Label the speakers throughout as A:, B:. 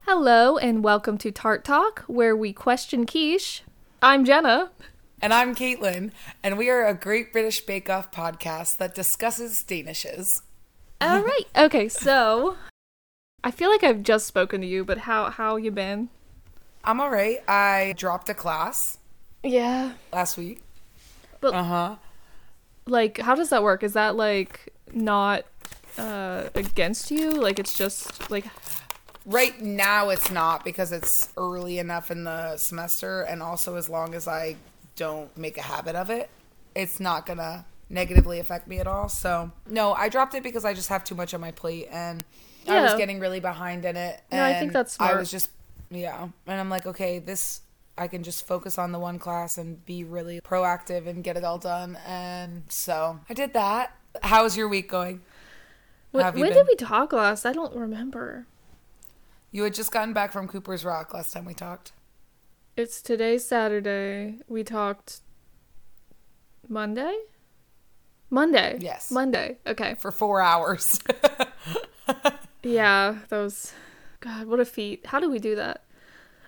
A: Hello and welcome to Tart Talk, where we question quiche. I'm Jenna.
B: And I'm Caitlin, and we are a great British Bake Off podcast that discusses Danishes.
A: All right. Okay, so I feel like I've just spoken to you, but how how you been?
B: I'm all right. I dropped a class
A: Yeah.
B: last week.
A: But-
B: uh huh.
A: Like how does that work? Is that like not uh against you? Like it's just like
B: Right now, it's not because it's early enough in the semester, and also as long as I don't make a habit of it, it's not gonna negatively affect me at all. So, no, I dropped it because I just have too much on my plate, and I was
A: Yeah.
B: getting really behind in it.
A: No, I think
B: and
A: that's
B: I
A: smart.
B: was just, yeah, and I'm like, okay, this I can just focus on the one class and be really proactive and get it all done. And so I did that. How's your week going?
A: wh-
B: have you
A: when did
B: been?
A: we talk last? I don't remember.
B: You had just gotten back from Cooper's Rock last time we talked.
A: It's today Saturday. We talked Monday? Monday.
B: Yes.
A: Monday. Okay.
B: for four hours.
A: Yeah, those. God, what a feat! How do we do that?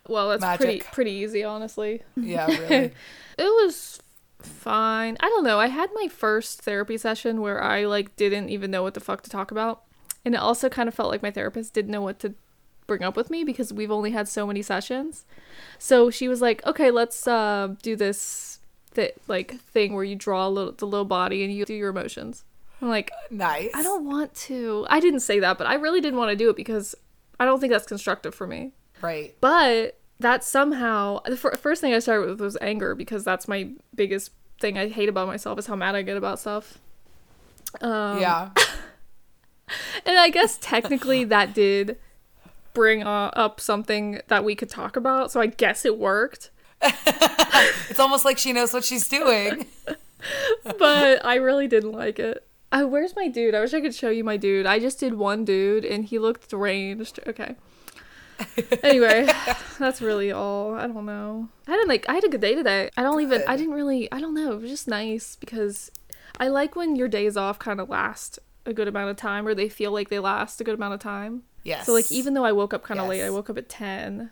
A: Well, that's pretty
B: Magic.
A: pretty easy, honestly.
B: yeah, really.
A: It was fine. I don't know. I had my first therapy session where I like didn't even know what the fuck to talk about, and it also kind of felt like my therapist didn't know what to bring up with me because we've only had so many sessions. So she was like, "Okay, let's uh, do this th- like thing where you draw a little, the little body and you do your emotions." I'm like,
B: Nice.
A: I don't want to. I didn't say that, but I really didn't want to do it because I don't think that's constructive for me.
B: Right.
A: But that somehow, the fir- first thing I started with was anger because that's my biggest thing I hate about myself is how mad I get about stuff. Um,
B: yeah.
A: And I guess technically that did bring uh, up something that we could talk about. So I guess it worked.
B: It's almost like she knows what she's doing.
A: but I really didn't like it. Oh, where's my dude? I wish I could show you my dude. I just did one dude and he looked deranged. Okay. Anyway, that's really all. I don't know. I had a, like I had a good day today. I don't even I
B: Good.
A: didn't really I don't know. It was just nice because I like when your days off kind of last a good amount of time or they feel like they last a good amount of time.
B: Yes.
A: So like even though I woke up kind of
B: Yes.
A: late, I woke up at 10,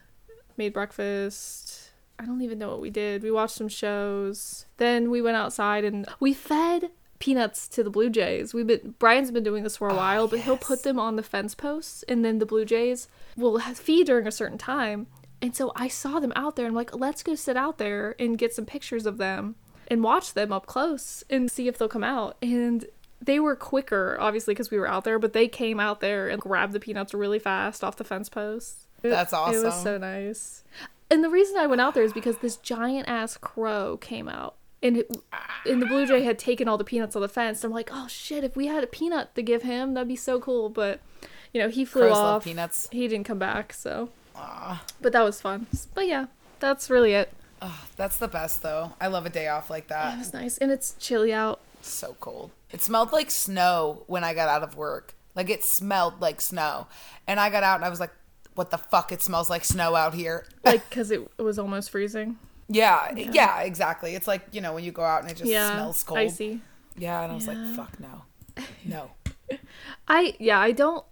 A: made breakfast. I don't even know what we did. We watched some shows. Then we went outside and we fed peanuts to the blue jays. We've been Brian's been doing this for a while, but he'll put them on the fence posts and then the blue jays will ha- feed during a certain time. And so I saw them out there and I'm like, "Let's go sit out there and get some pictures of them and watch them up close and see if they'll come out." And they were quicker, obviously, because we were out there, but they came out there and grabbed the peanuts really fast off the fence posts. It-
B: That's
A: It was
B: awesome.
A: so nice. And the reason I went out there is because this giant ass crow came out. And, it, and the blue jay had taken all the peanuts on the fence. I'm like, oh shit! If we had a peanut to give him, that'd be so cool. But, you know, he flew
B: Crows love
A: off.
B: peanuts.
A: He didn't come back. So, but that was fun. But yeah, that's really it.
B: Ugh, that's the best though. I love a day off like
A: It
B: that.
A: was nice, and it's chilly out.
B: It's so cold. It smelled like snow when I got out of work. Like it smelled like snow. And I got out and I was like, what the fuck? It smells like snow out here.
A: Like, cause it, it was almost freezing.
B: Yeah. Yeah, exactly. It's like, you know, when you go out and it just
A: yeah,
B: smells cold.
A: icy.
B: Yeah, and I was like, fuck no. No.
A: I yeah, I don't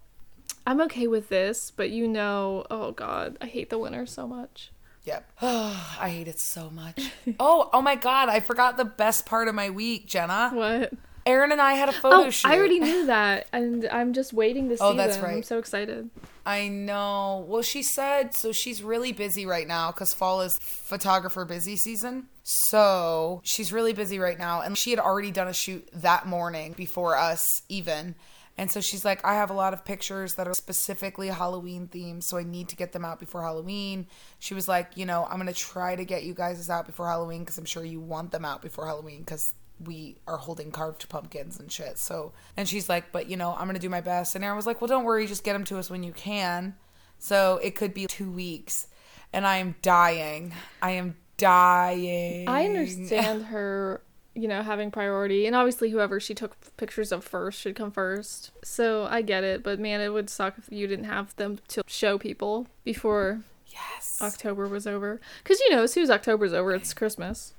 A: I'm okay with this, but you know, oh god, I hate the winter so much.
B: Yep. I hate it so much. Oh, oh my god, I forgot the best part of my week, Jenna.
A: What?
B: Aaron and I had a photo
A: Oh,
B: shoot.
A: I already knew that, and I'm just waiting to see
B: Oh, that's
A: them. I'm
B: right.
A: so excited.
B: I know. Well, she said so she's really busy right now cuz fall is photographer busy season. So, she's really busy right now and she had already done a shoot that morning before us even. And so she's like, I have a lot of pictures that are specifically Halloween themed, so I need to get them out before Halloween. She was like, you know, I'm going to try to get you guys out before Halloween cuz I'm sure you want them out before Halloween cuz we are holding carved pumpkins and shit. So, and she's like, but you know, I'm going to do my best. And Aaron was like, well, don't worry, just get them to us when you can. So it could be two weeks. And I am dying. I am dying.
A: I understand her, you know, having priority, and obviously whoever she took pictures of first should come first. So I get it, but man, it would suck if you didn't have them to show people before
B: Yes.
A: October was over. Cause you know, as soon as October's over, it's Christmas.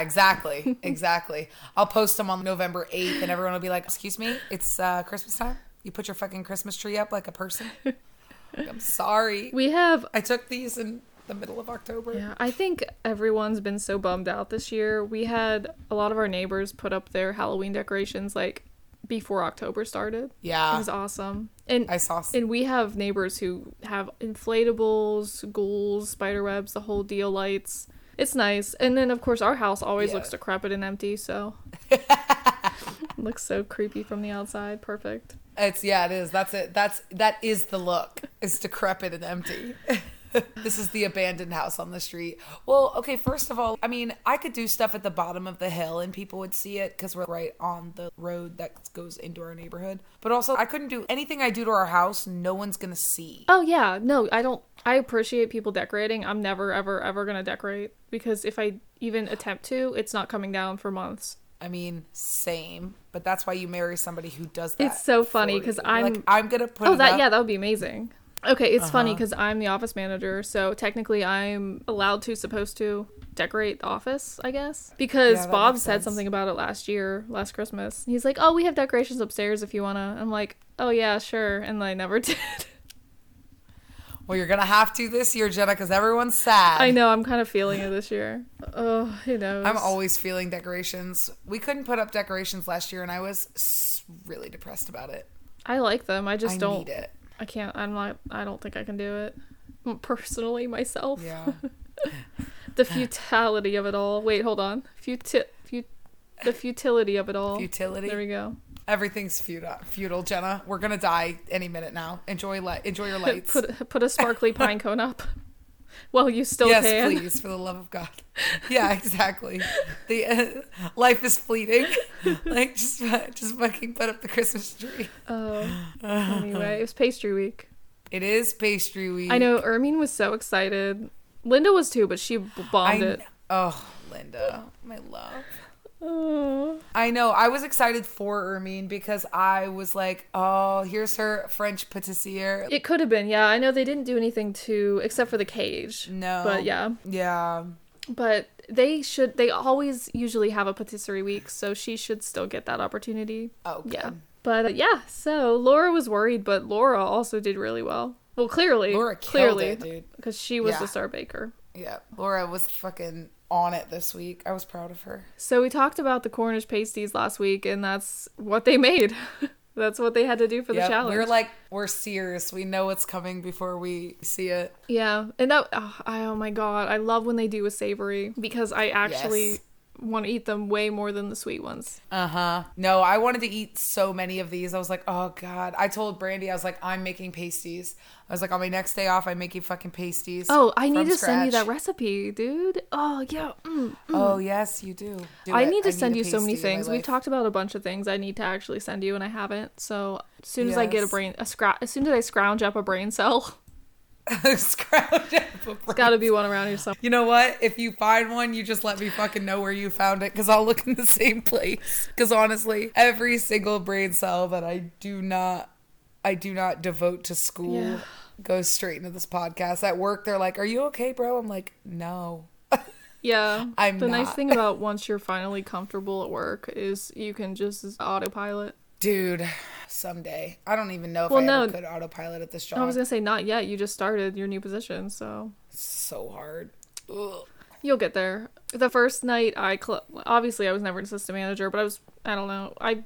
B: exactly. Exactly. I'll post them on November 8th and everyone will be like, excuse me, it's uh, Christmas time? You put your fucking Christmas tree up like a person? I'm sorry.
A: We have
B: I took these in the middle of October.
A: Yeah, I think everyone's been so bummed out this year. We had a lot of our neighbors put up their Halloween decorations like before October started. It
B: Yeah.
A: was awesome. And
B: I saw s-
A: and we have neighbors who have inflatables, ghouls, spider webs, the whole deal lights. It's nice. And then of course our house always
B: Yeah.
A: looks decrepit and empty, so looks so creepy from the outside. Perfect.
B: it's yeah, it is. That's it. That's that is the look. It's decrepit and empty. this is the abandoned house on the street. Well, okay, first of all, I mean, I could do stuff at the bottom of the hill and people would see it cuz we're right on the road that goes into our neighborhood. But also, I couldn't do anything I do to our house, no one's going to see.
A: Oh yeah, no, I don't I appreciate people decorating. I'm never ever ever going to decorate because if I even attempt to, it's not coming down for months.
B: I mean, same, but that's why you marry somebody who does that.
A: It's so funny
B: for
A: 'cause
B: you.
A: I'm-
B: like I'm going to put
A: Oh,
B: it
A: that
B: up.
A: yeah, that would be amazing. Okay, it's funny
B: Uh-huh.
A: funny because I'm the office manager, so technically I'm allowed to, supposed to decorate the office, I guess. Because
B: Yeah, that
A: Bob
B: makes
A: said
B: sense.
A: something about it last year, last Christmas. He's like, "Oh, we have decorations upstairs if you wanna." I'm like, "Oh yeah, sure," and I never did.
B: Well, you're gonna have to this year, Jenna, because everyone's sad.
A: I know I'm kind of feeling it this year. Oh, who knows?
B: I'm always feeling decorations. We couldn't put up decorations last year, and I was s- really depressed about it.
A: I like them. I just
B: I
A: don't.
B: need it.
A: I can't. I'm not. I don't think I can do it personally myself.
B: Yeah. Ah.
A: The futility of it all. Wait, hold on. Futi- fut- the futility of it all.
B: Futility?
A: There we go.
B: Everything's futile, futile, Jenna. We're gonna die any minute now. Enjoy li- enjoy your lights.
A: Put put a sparkly pine cone up. Well, you still
B: yes,
A: can.
B: please, for the love of God. Yeah, exactly. the uh, life is fleeting. like just just fucking put up the Christmas tree.
A: Oh, anyway, it was pastry week.
B: It is pastry week.
A: I know. Ermine was so excited. Linda was too, but she b- bombed
B: I
A: it.
B: kn- Oh, Linda, my love.
A: Oh.
B: I know. I was excited for Ermine because I was like, oh, here's her French patissier.
A: It could have been. Yeah, I know they didn't do anything to except for the cage.
B: No.
A: But yeah.
B: Yeah.
A: But they should. They always usually have a patisserie week, so she should still get that opportunity.
B: Oh, okay.
A: Yeah. But uh, yeah, so Laura was worried, but Laura also did really well. Well, clearly,
B: Laura killed
A: clearly,
B: it, dude.
A: because she was
B: Yeah.
A: the star baker.
B: Yeah. Laura was fucking on it this week. I was proud of her.
A: So we talked about the Cornish pasties last week, and that's what they made. that's what they had to do for the
B: Yeah.
A: challenge.
B: We're like, we're seers. We know what's coming before we see it.
A: yeah, and that oh, I, oh my god, I love when they do a savory because I actually
B: Yes.
A: want to eat them way more than the sweet ones.
B: Uh huh. No, I wanted to eat so many of these. I was like, oh God. I told Brandy, I was like, I'm making pasties. I was like, on my next day off, I'm making fucking pasties.
A: Oh, I
B: from
A: need to send you
B: scratch.
A: that recipe, dude. Oh yeah. Mm.
B: Oh, yes, you do. Do
A: I
B: it.
A: need to send
B: a
A: you so many
B: pasty in my
A: things. We've
B: life.
A: talked about a bunch of things I need to actually send you, and I haven't. So as soon as I get a
B: Yes.
A: brain, a scrou- as soon as I scrounge up a brain cell,
B: Scrounge up a brain.
A: got to be one around here somewhere.
B: You know what? If you find one, you just let me fucking know where you found it because I'll look in the same place. Because honestly, every single brain cell that I do not, I do not devote to school
A: Yeah.
B: goes straight into this podcast. At work, they're like, "Are you okay, bro?" I'm like, "No."
A: Yeah,
B: I'm
A: the nice
B: not.
A: thing about once you're finally comfortable at work is you can just autopilot.
B: Dude, someday I don't even know if
A: Well,
B: I ever
A: no.
B: could autopilot at this job.
A: I was gonna say not yet. You just started your new position, so
B: It's so hard.
A: Oh,
B: Ugh.
A: you'll get there. The first night I cl- obviously I was never an assistant manager, but I was I don't know I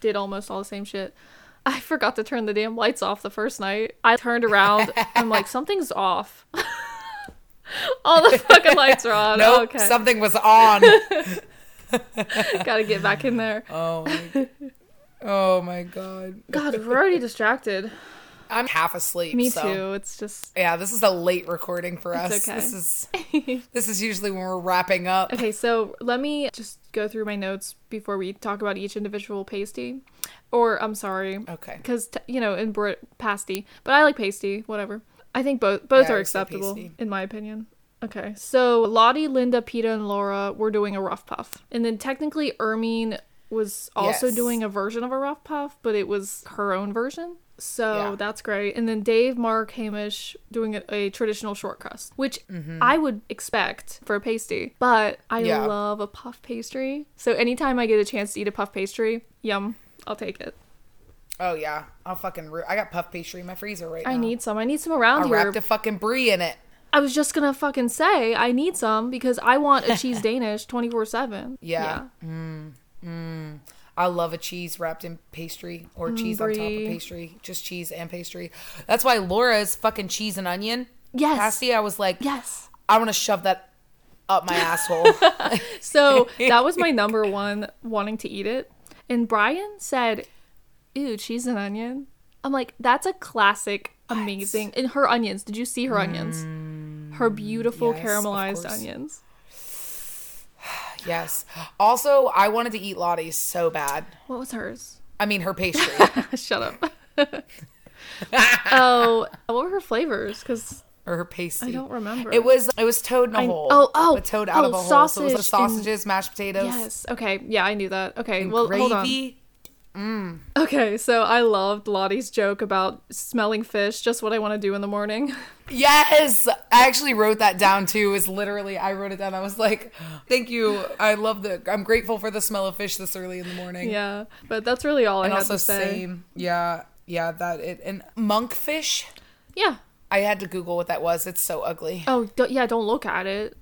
A: did almost all the same shit. I forgot to turn the damn lights off the first night. I turned around. I'm like something's off. all the fucking lights are on.
B: Nope,
A: okay,
B: something was on.
A: gotta get back in there.
B: oh my. Oh my god.
A: God, we're already distracted.
B: I'm half asleep.
A: Me
B: so.
A: too. It's just
B: Yeah, this is a late recording for us.
A: okay.
B: This is this is usually when we're wrapping up.
A: Okay, so let me just go through my notes before we talk about each individual pasty. Or, I'm sorry.
B: Okay.
A: Because, t- you know, in Brit, pasty. But I like pasty, whatever. I think both both
B: Yeah, I
A: are
B: would say
A: acceptable,
B: pasty.
A: in my opinion. Okay, so Lottie, Linda, Peta, and Laura were doing a rough puff. And then technically, Ermine was also
B: Yes.
A: doing a version of a rough puff, but it was her own version. So
B: Yeah.
A: that's great. And then Dave, Mark, Hamish doing a, a traditional short crust, which I would expect for a pasty, but I
B: Mm-hmm. Yeah.
A: love a puff pastry. So anytime I get a chance to eat a puff pastry, yum, I'll take it.
B: Oh yeah, I'll fucking. Root. I got puff pastry in my freezer right now.
A: I need some. I need some around
B: I
A: here.
B: wrapped a fucking brie in it.
A: I was just gonna fucking say I need some because I want a cheese Danish twenty four seven.
B: Yeah. Mm, I love a cheese wrapped in pastry or cheese on top of
A: Mm, brie.
B: pastry, just cheese and pastry. That's why Laura's fucking cheese and onion.
A: Yes.
B: Cassie, I was like,
A: Yes.
B: I want to shove that up my asshole.
A: So that was my number one wanting to eat it. And Brian said, Ew, cheese and onion. I'm like, that's a classic, amazing. And her onions. Did you see her onions? Her beautiful
B: Mm, yes, of
A: caramelized
B: course.
A: onions.
B: yes. Also, I wanted to eat Lottie's so bad.
A: What was hers?
B: I mean, her pastry.
A: Shut up. oh, what were her flavors? Because
B: or her pastry.
A: I don't remember.
B: It was it was toad in a
A: I-
B: hole.
A: oh, oh,
B: a toad out
A: oh,
B: of a hole. So it was the
A: sausage and-
B: sausages, mashed potatoes,
A: Yes. Okay. Yeah, I knew that. Okay.
B: and
A: Well, hold on.
B: gravy.
A: Okay, so I loved Lottie's joke about smelling fish, just what I want to do in the morning.
B: Yes, I actually wrote that down too. Is literally I wrote it down. I was like, "Thank you. I love the. I'm grateful for the smell of fish this early in the morning."
A: yeah, but that's really all
B: and
A: I had
B: also
A: to say.
B: same. Yeah, yeah. That it and monkfish.
A: Yeah.
B: I had to Google what that was. It's so ugly.
A: Oh, don't, yeah. Don't look at it.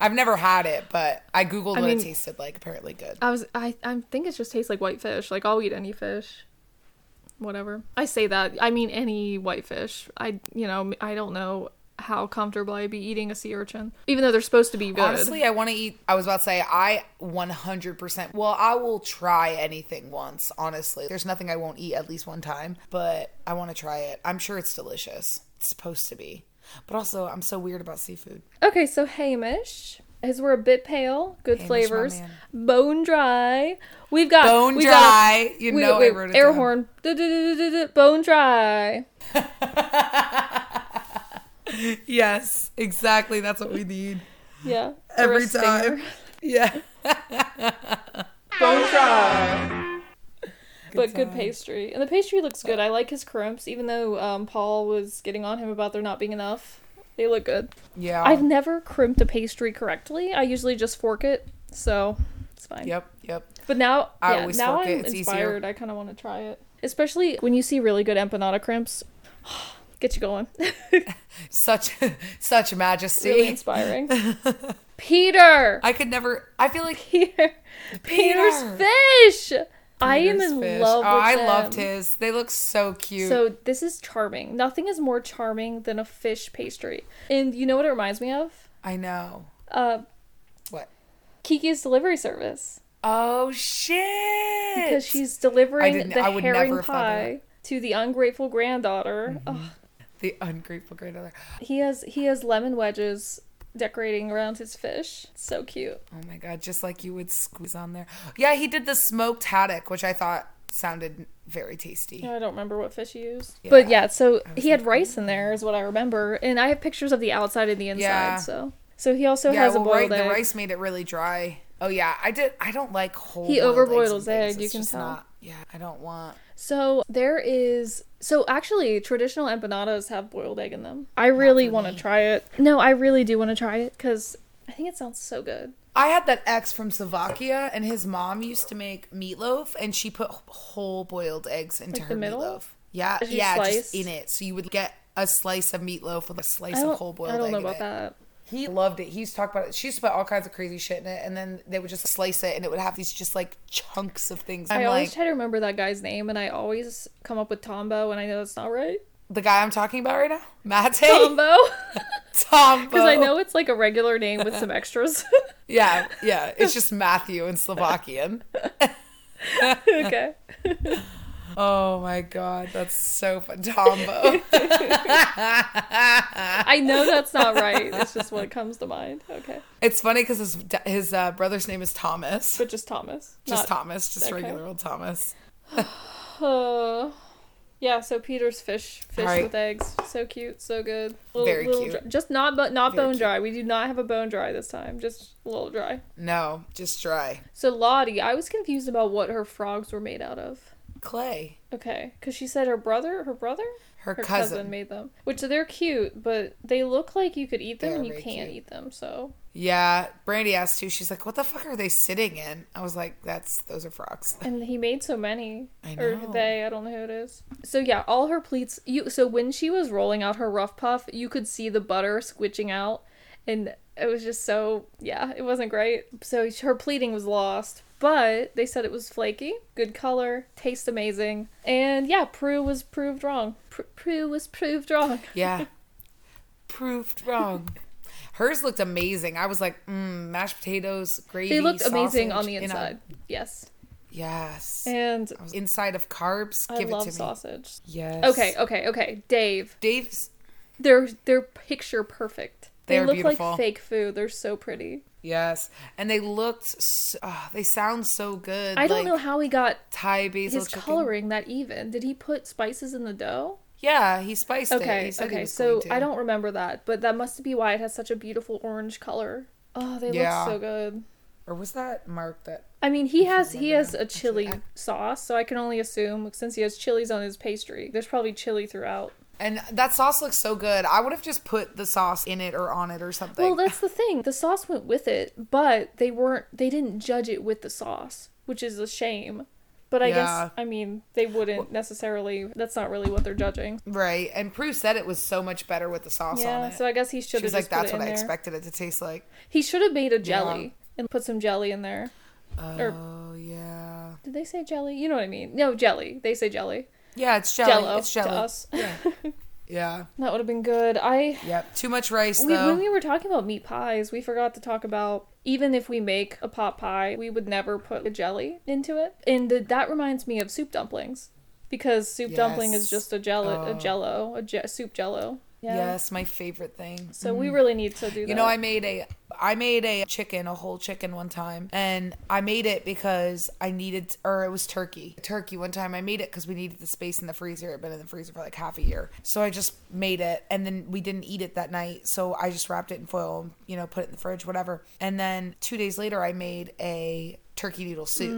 B: I've never had it, but I googled what
A: mean-
B: it tasted like. Apparently good.
A: I was. I. I think it just tastes like white fish. Like I'll eat any fish. Whatever. I say that. I mean any white fish. I. You know. I don't know how comfortable I'd be eating a sea urchin, even though they're supposed to be good.
B: Honestly, I want to eat. I was about to say, I 100%. Well, I will try anything once, honestly. There's nothing I won't eat at least one time, but I want to try it. I'm sure it's delicious. It's supposed to be. But also, I'm so weird about seafood.
A: Okay, so Hamish, as we're a bit pale, good
B: Hamish, my
A: flavors,
B: man.
A: bone dry. We've got
B: Bone
A: we've got a-
B: dry. You know I wrote it
A: air
B: down.
A: horn. Du-du-du-du-du-du, Bone dry.
B: Yes, exactly. That's what we need
A: Yeah. or a
B: every
A: stinger.
B: time. Yeah.
A: Bone dry. but good
B: times.
A: pastry, and the pastry looks good. I like his crimps, even though um, Paul was getting on him about there not being enough. They look good.
B: Yeah.
A: I've never crimped a pastry correctly. I usually just fork it, so it's fine.
B: Yep, yep.
A: But now,
B: I
A: yeah,
B: always
A: now
B: fork
A: I'm
B: it. It's easier.
A: inspired. I kind of want to try it, especially when you see really good empanada crimps. Get you going.
B: Such such majesty.
A: really inspiring. Peter,
B: I could never. I feel like
A: Peter, Peter's
B: Peter.
A: fish. I am
B: Peter's
A: in
B: fish.
A: love. With
B: Oh, I
A: them.
B: loved his. They look so cute.
A: So this is charming. Nothing is more charming than a fish pastry. And you know what it reminds me of?
B: I know.
A: Uh,
B: What?
A: Kiki's delivery service
B: Oh shit!
A: because she's delivering
B: didn't-
A: the
B: I would never
A: herring
B: have thought of Mm-hmm.
A: pie to the ungrateful granddaughter. Ugh.
B: the ungrateful granddaughter.
A: He has he has lemon wedges decorating around his fish. So cute.
B: Oh my god! Just like you would squeeze on there. Yeah, he did the smoked haddock, which I thought sounded very tasty.
A: I don't remember what fish he used. But yeah, so he had rice in there is what I remember. And I have pictures of the outside and the inside,
B: Yeah.
A: so so he also
B: Yeah,
A: has
B: well,
A: a boiled
B: right, the
A: egg.
B: rice made it really dry. Oh yeah, I did. I don't like whole.
A: He
B: boiled
A: overboiled
B: eggs
A: his
B: and things.
A: egg, you
B: It's
A: can
B: just
A: tell.
B: Not, yeah, I don't want.
A: So there is so actually traditional empanadas have boiled egg in them. I really want to try it. No, I really do want to try it cuz I think it sounds so good.
B: I had that ex from Slovakia, and his mom used to make meatloaf, and she put whole boiled eggs into
A: Like
B: her
A: the middle?
B: meatloaf. Yeah,
A: Did you
B: yeah,
A: slice?
B: just in it. So you would get a slice of meatloaf with
A: I
B: a slice of whole
A: don't,
B: boiled
A: I don't
B: egg
A: know
B: in
A: about
B: it.
A: that.
B: He loved it. He used to talk about it. She used to put all kinds of crazy shit in it, and then they would just slice it, and it would have these just like chunks of things.
A: i
B: I'm
A: always
B: like
A: try to remember that guy's name and I always come up with Tombo and I know that's not right.
B: the guy I'm talking about right now, Mate
A: Tombo.
B: Tombo.
A: Because I know it's like a regular name with some extras.
B: Yeah, yeah. It's just Matthew in Slovakian.
A: okay.
B: Oh my god, that's so fun, Tombo.
A: I know that's not right. It's just what comes to mind. Okay.
B: it's funny because his da- his uh, brother's name is Thomas.
A: But just Thomas.
B: Just
A: not,
B: Thomas, just
A: okay.
B: regular old Thomas.
A: Uh, yeah, so Peter's fish fish
B: Alright.
A: with eggs. So cute, so good.
B: Very
A: dry-
B: cute.
A: just not but not
B: Very
A: bone
B: cute.
A: dry. We do not have a bone dry this time. Just a little dry.
B: No, just dry
A: So Lottie, I was confused about what her frogs were made out of.
B: clay.
A: Okay, because she said her brother, her brother,
B: Her,
A: her cousin.
B: cousin.
A: made them, which they're cute, but they look like you could eat them
B: They are
A: and you
B: very
A: can't
B: cute.
A: eat them. So
B: Yeah, Brandy asked too. She's like, "What the fuck are they sitting in?" I was like, "That's those are frogs."
A: And he made so many.
B: I know.
A: Or they, I don't know who it is. So yeah, all her pleats you so when she was rolling out her rough puff, you could see the butter squitching out and it was just so yeah, it wasn't great. So her pleating was lost. But they said it was flaky, good color, taste amazing. And yeah, Prue was proved wrong. Pr- Prue was proved wrong.
B: Yeah, proved wrong. Hers looked amazing. I was like, mm, mashed potatoes, gravy.
A: They looked amazing
B: sausage
A: on the
B: in a-
A: inside. Yes.
B: yes.
A: And
B: I was inside of carbs.
A: I
B: Give it
A: love
B: to
A: sausage.
B: me. Yes.
A: Okay, okay, okay. Dave,
B: Dave's.
A: They're they're picture perfect. They
B: They're
A: look
B: beautiful.
A: like fake food. They're so pretty.
B: Yes, and they looked. So, they sound so good.
A: I don't
B: like
A: know how he got
B: Thai basil
A: his
B: chicken.
A: coloring that even. Did he put spices in the dough?
B: Yeah, he spiced it.
A: Okay,
B: He said he
A: okay.
B: was
A: So
B: going to.
A: I don't remember that, but that must be why it has such a beautiful orange color. Oh, they
B: Yeah.
A: look so good.
B: Or was that Mark that?
A: I mean, he has he
B: remember
A: has
B: now,
A: a chili
B: actually.
A: sauce, so I can only assume since he has chilies on his pastry, there's probably chili throughout.
B: And that sauce looks so good. I would have just put the sauce in it or on it or something.
A: Well, that's the thing. The sauce went with it, but they weren't they didn't judge it with the sauce, which is a shame. But I
B: Yeah.
A: guess I mean they wouldn't necessarily. That's not really what they're judging.
B: right. And Prue said it was so much better with the sauce on
A: Yeah,
B: it.
A: so I guess he should
B: she
A: have
B: was like,
A: just put
B: "That's
A: it in
B: what I
A: there.
B: expected it to taste like."
A: He should have made a jelly and put some jelly in there.
B: Oh
A: Or-
B: yeah,
A: Did they say jelly? You know what I mean? No, jelly. They say jelly.
B: yeah. It's jelly.
A: Jello
B: It's jelly.
A: to us.
B: Yeah.
A: That would have been good. I
B: Yep. Too much rice
A: We,
B: though.
A: when we were talking about meat pies, we forgot to talk about even if we make a pot pie, we would never put a jelly into it. And th- that reminds me of soup dumplings because soup dumpling
B: Yes.
A: is just a jello,
B: Oh.
A: a jello, a je- soup jello. Yeah.
B: Yes, my favorite thing.
A: So we really need to do that.
B: You know, I made a I made a chicken, a whole chicken one time, and I made it because I needed, or it was turkey, turkey one time. I made it because we needed the space in the freezer. It had been in the freezer for like half a year, so I just made it, and then we didn't eat it that night, so I just wrapped it in foil, you know, put it in the fridge, whatever. And then two days later, I made a turkey noodle soup.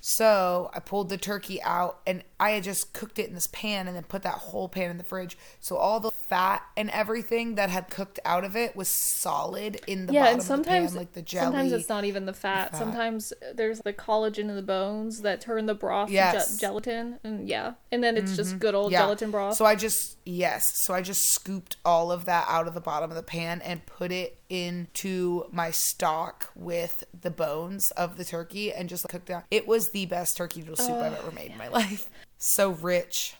B: So I pulled the turkey out and I had just cooked it in this pan and then put that whole pan in the fridge. So all the fat and everything that had cooked out of it was solid in the
A: yeah,
B: bottom
A: and sometimes
B: of the pan, like the jelly.
A: sometimes it's not even the fat.
B: fat.
A: Sometimes there's the collagen in the bones that turn the broth to
B: Yes. Mm-hmm.
A: ge- gelatin, and yeah, and then it's just good old
B: Yeah.
A: gelatin broth.
B: So I just yes, so I just scooped all of that out of the bottom of the pan and put it into my stock with the bones of the turkey and just cooked it. It was the best turkey noodle soup I've ever made in my life. So rich.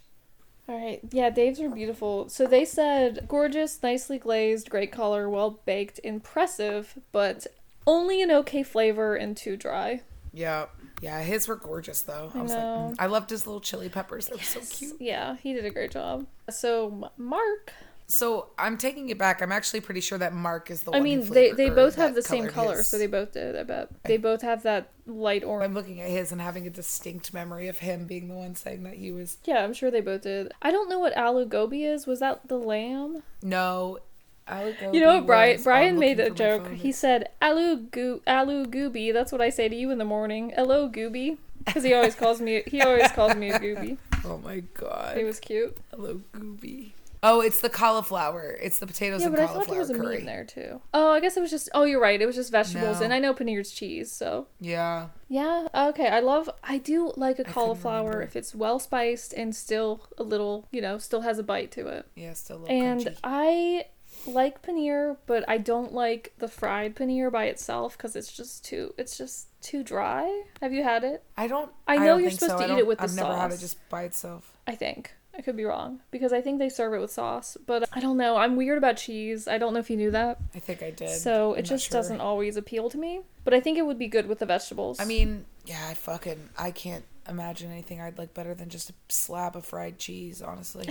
A: All right. Yeah, Dave's are beautiful. So they said gorgeous, nicely glazed, great color, well baked, impressive, but only an okay flavor and too dry.
B: Yep. Yeah, his were gorgeous though. I, was
A: know.
B: like, mm. I loved his little chili peppers. They were so cute.
A: Yeah, he did a great job. So M- Mark,
B: So I'm taking it back. I'm actually pretty sure that Mark is the one.
A: I
B: who
A: mean, they
B: flavored-
A: they
B: or
A: both have
B: that
A: the same
B: colored
A: color,
B: his.
A: so they both did. I bet they both have that light orange.
B: I'm looking at his and having a distinct memory of him being the one saying that he was.
A: Yeah, I'm sure they both did. I don't know what alu gobi is. Was that the lamb?
B: No, I would go.
A: You know
B: be
A: what, Brian?
B: worse. I'm
A: Brian made a
B: looking for my
A: joke.
B: phone.
A: He said, "Alu goo, alu gooby." That's what I say to you in the morning. Hello, gooby, because he always calls me. He always calls me a gooby.
B: Oh my god.
A: It was cute.
B: Hello, Gooby. Oh, it's the cauliflower. It's the potatoes
A: Yeah,
B: and
A: but I
B: cauliflower
A: thought there was a
B: curry.
A: meat in there too. Oh, I guess it was just. Oh, you're right. It was just vegetables,
B: No.
A: and I know paneer's cheese. So
B: Yeah.
A: yeah, okay. I love. I do like a
B: couldn't
A: cauliflower
B: remember.
A: if it's well spiced and still a little, you know, still has a bite to it.
B: Yeah, still a little
A: And
B: crunchy.
A: I like paneer, but I don't like the fried paneer by itself because it's just too. It's just too dry. Have you had it?
B: I don't.
A: I know
B: don't
A: you're
B: think
A: supposed
B: so.
A: to
B: I
A: eat
B: don't-
A: it with the
B: I've never had it
A: sauce.
B: just by itself.
A: I think. I could be wrong because I think they serve it with sauce, but I don't know. I'm weird about cheese. I don't know if you knew that.
B: I think I did.
A: So
B: I'm
A: it
B: not
A: just
B: sure.
A: doesn't always appeal to me, but I think it would be good with the vegetables.
B: I mean, yeah, I fucking I can't imagine anything I'd like better than just a slab of fried cheese, honestly.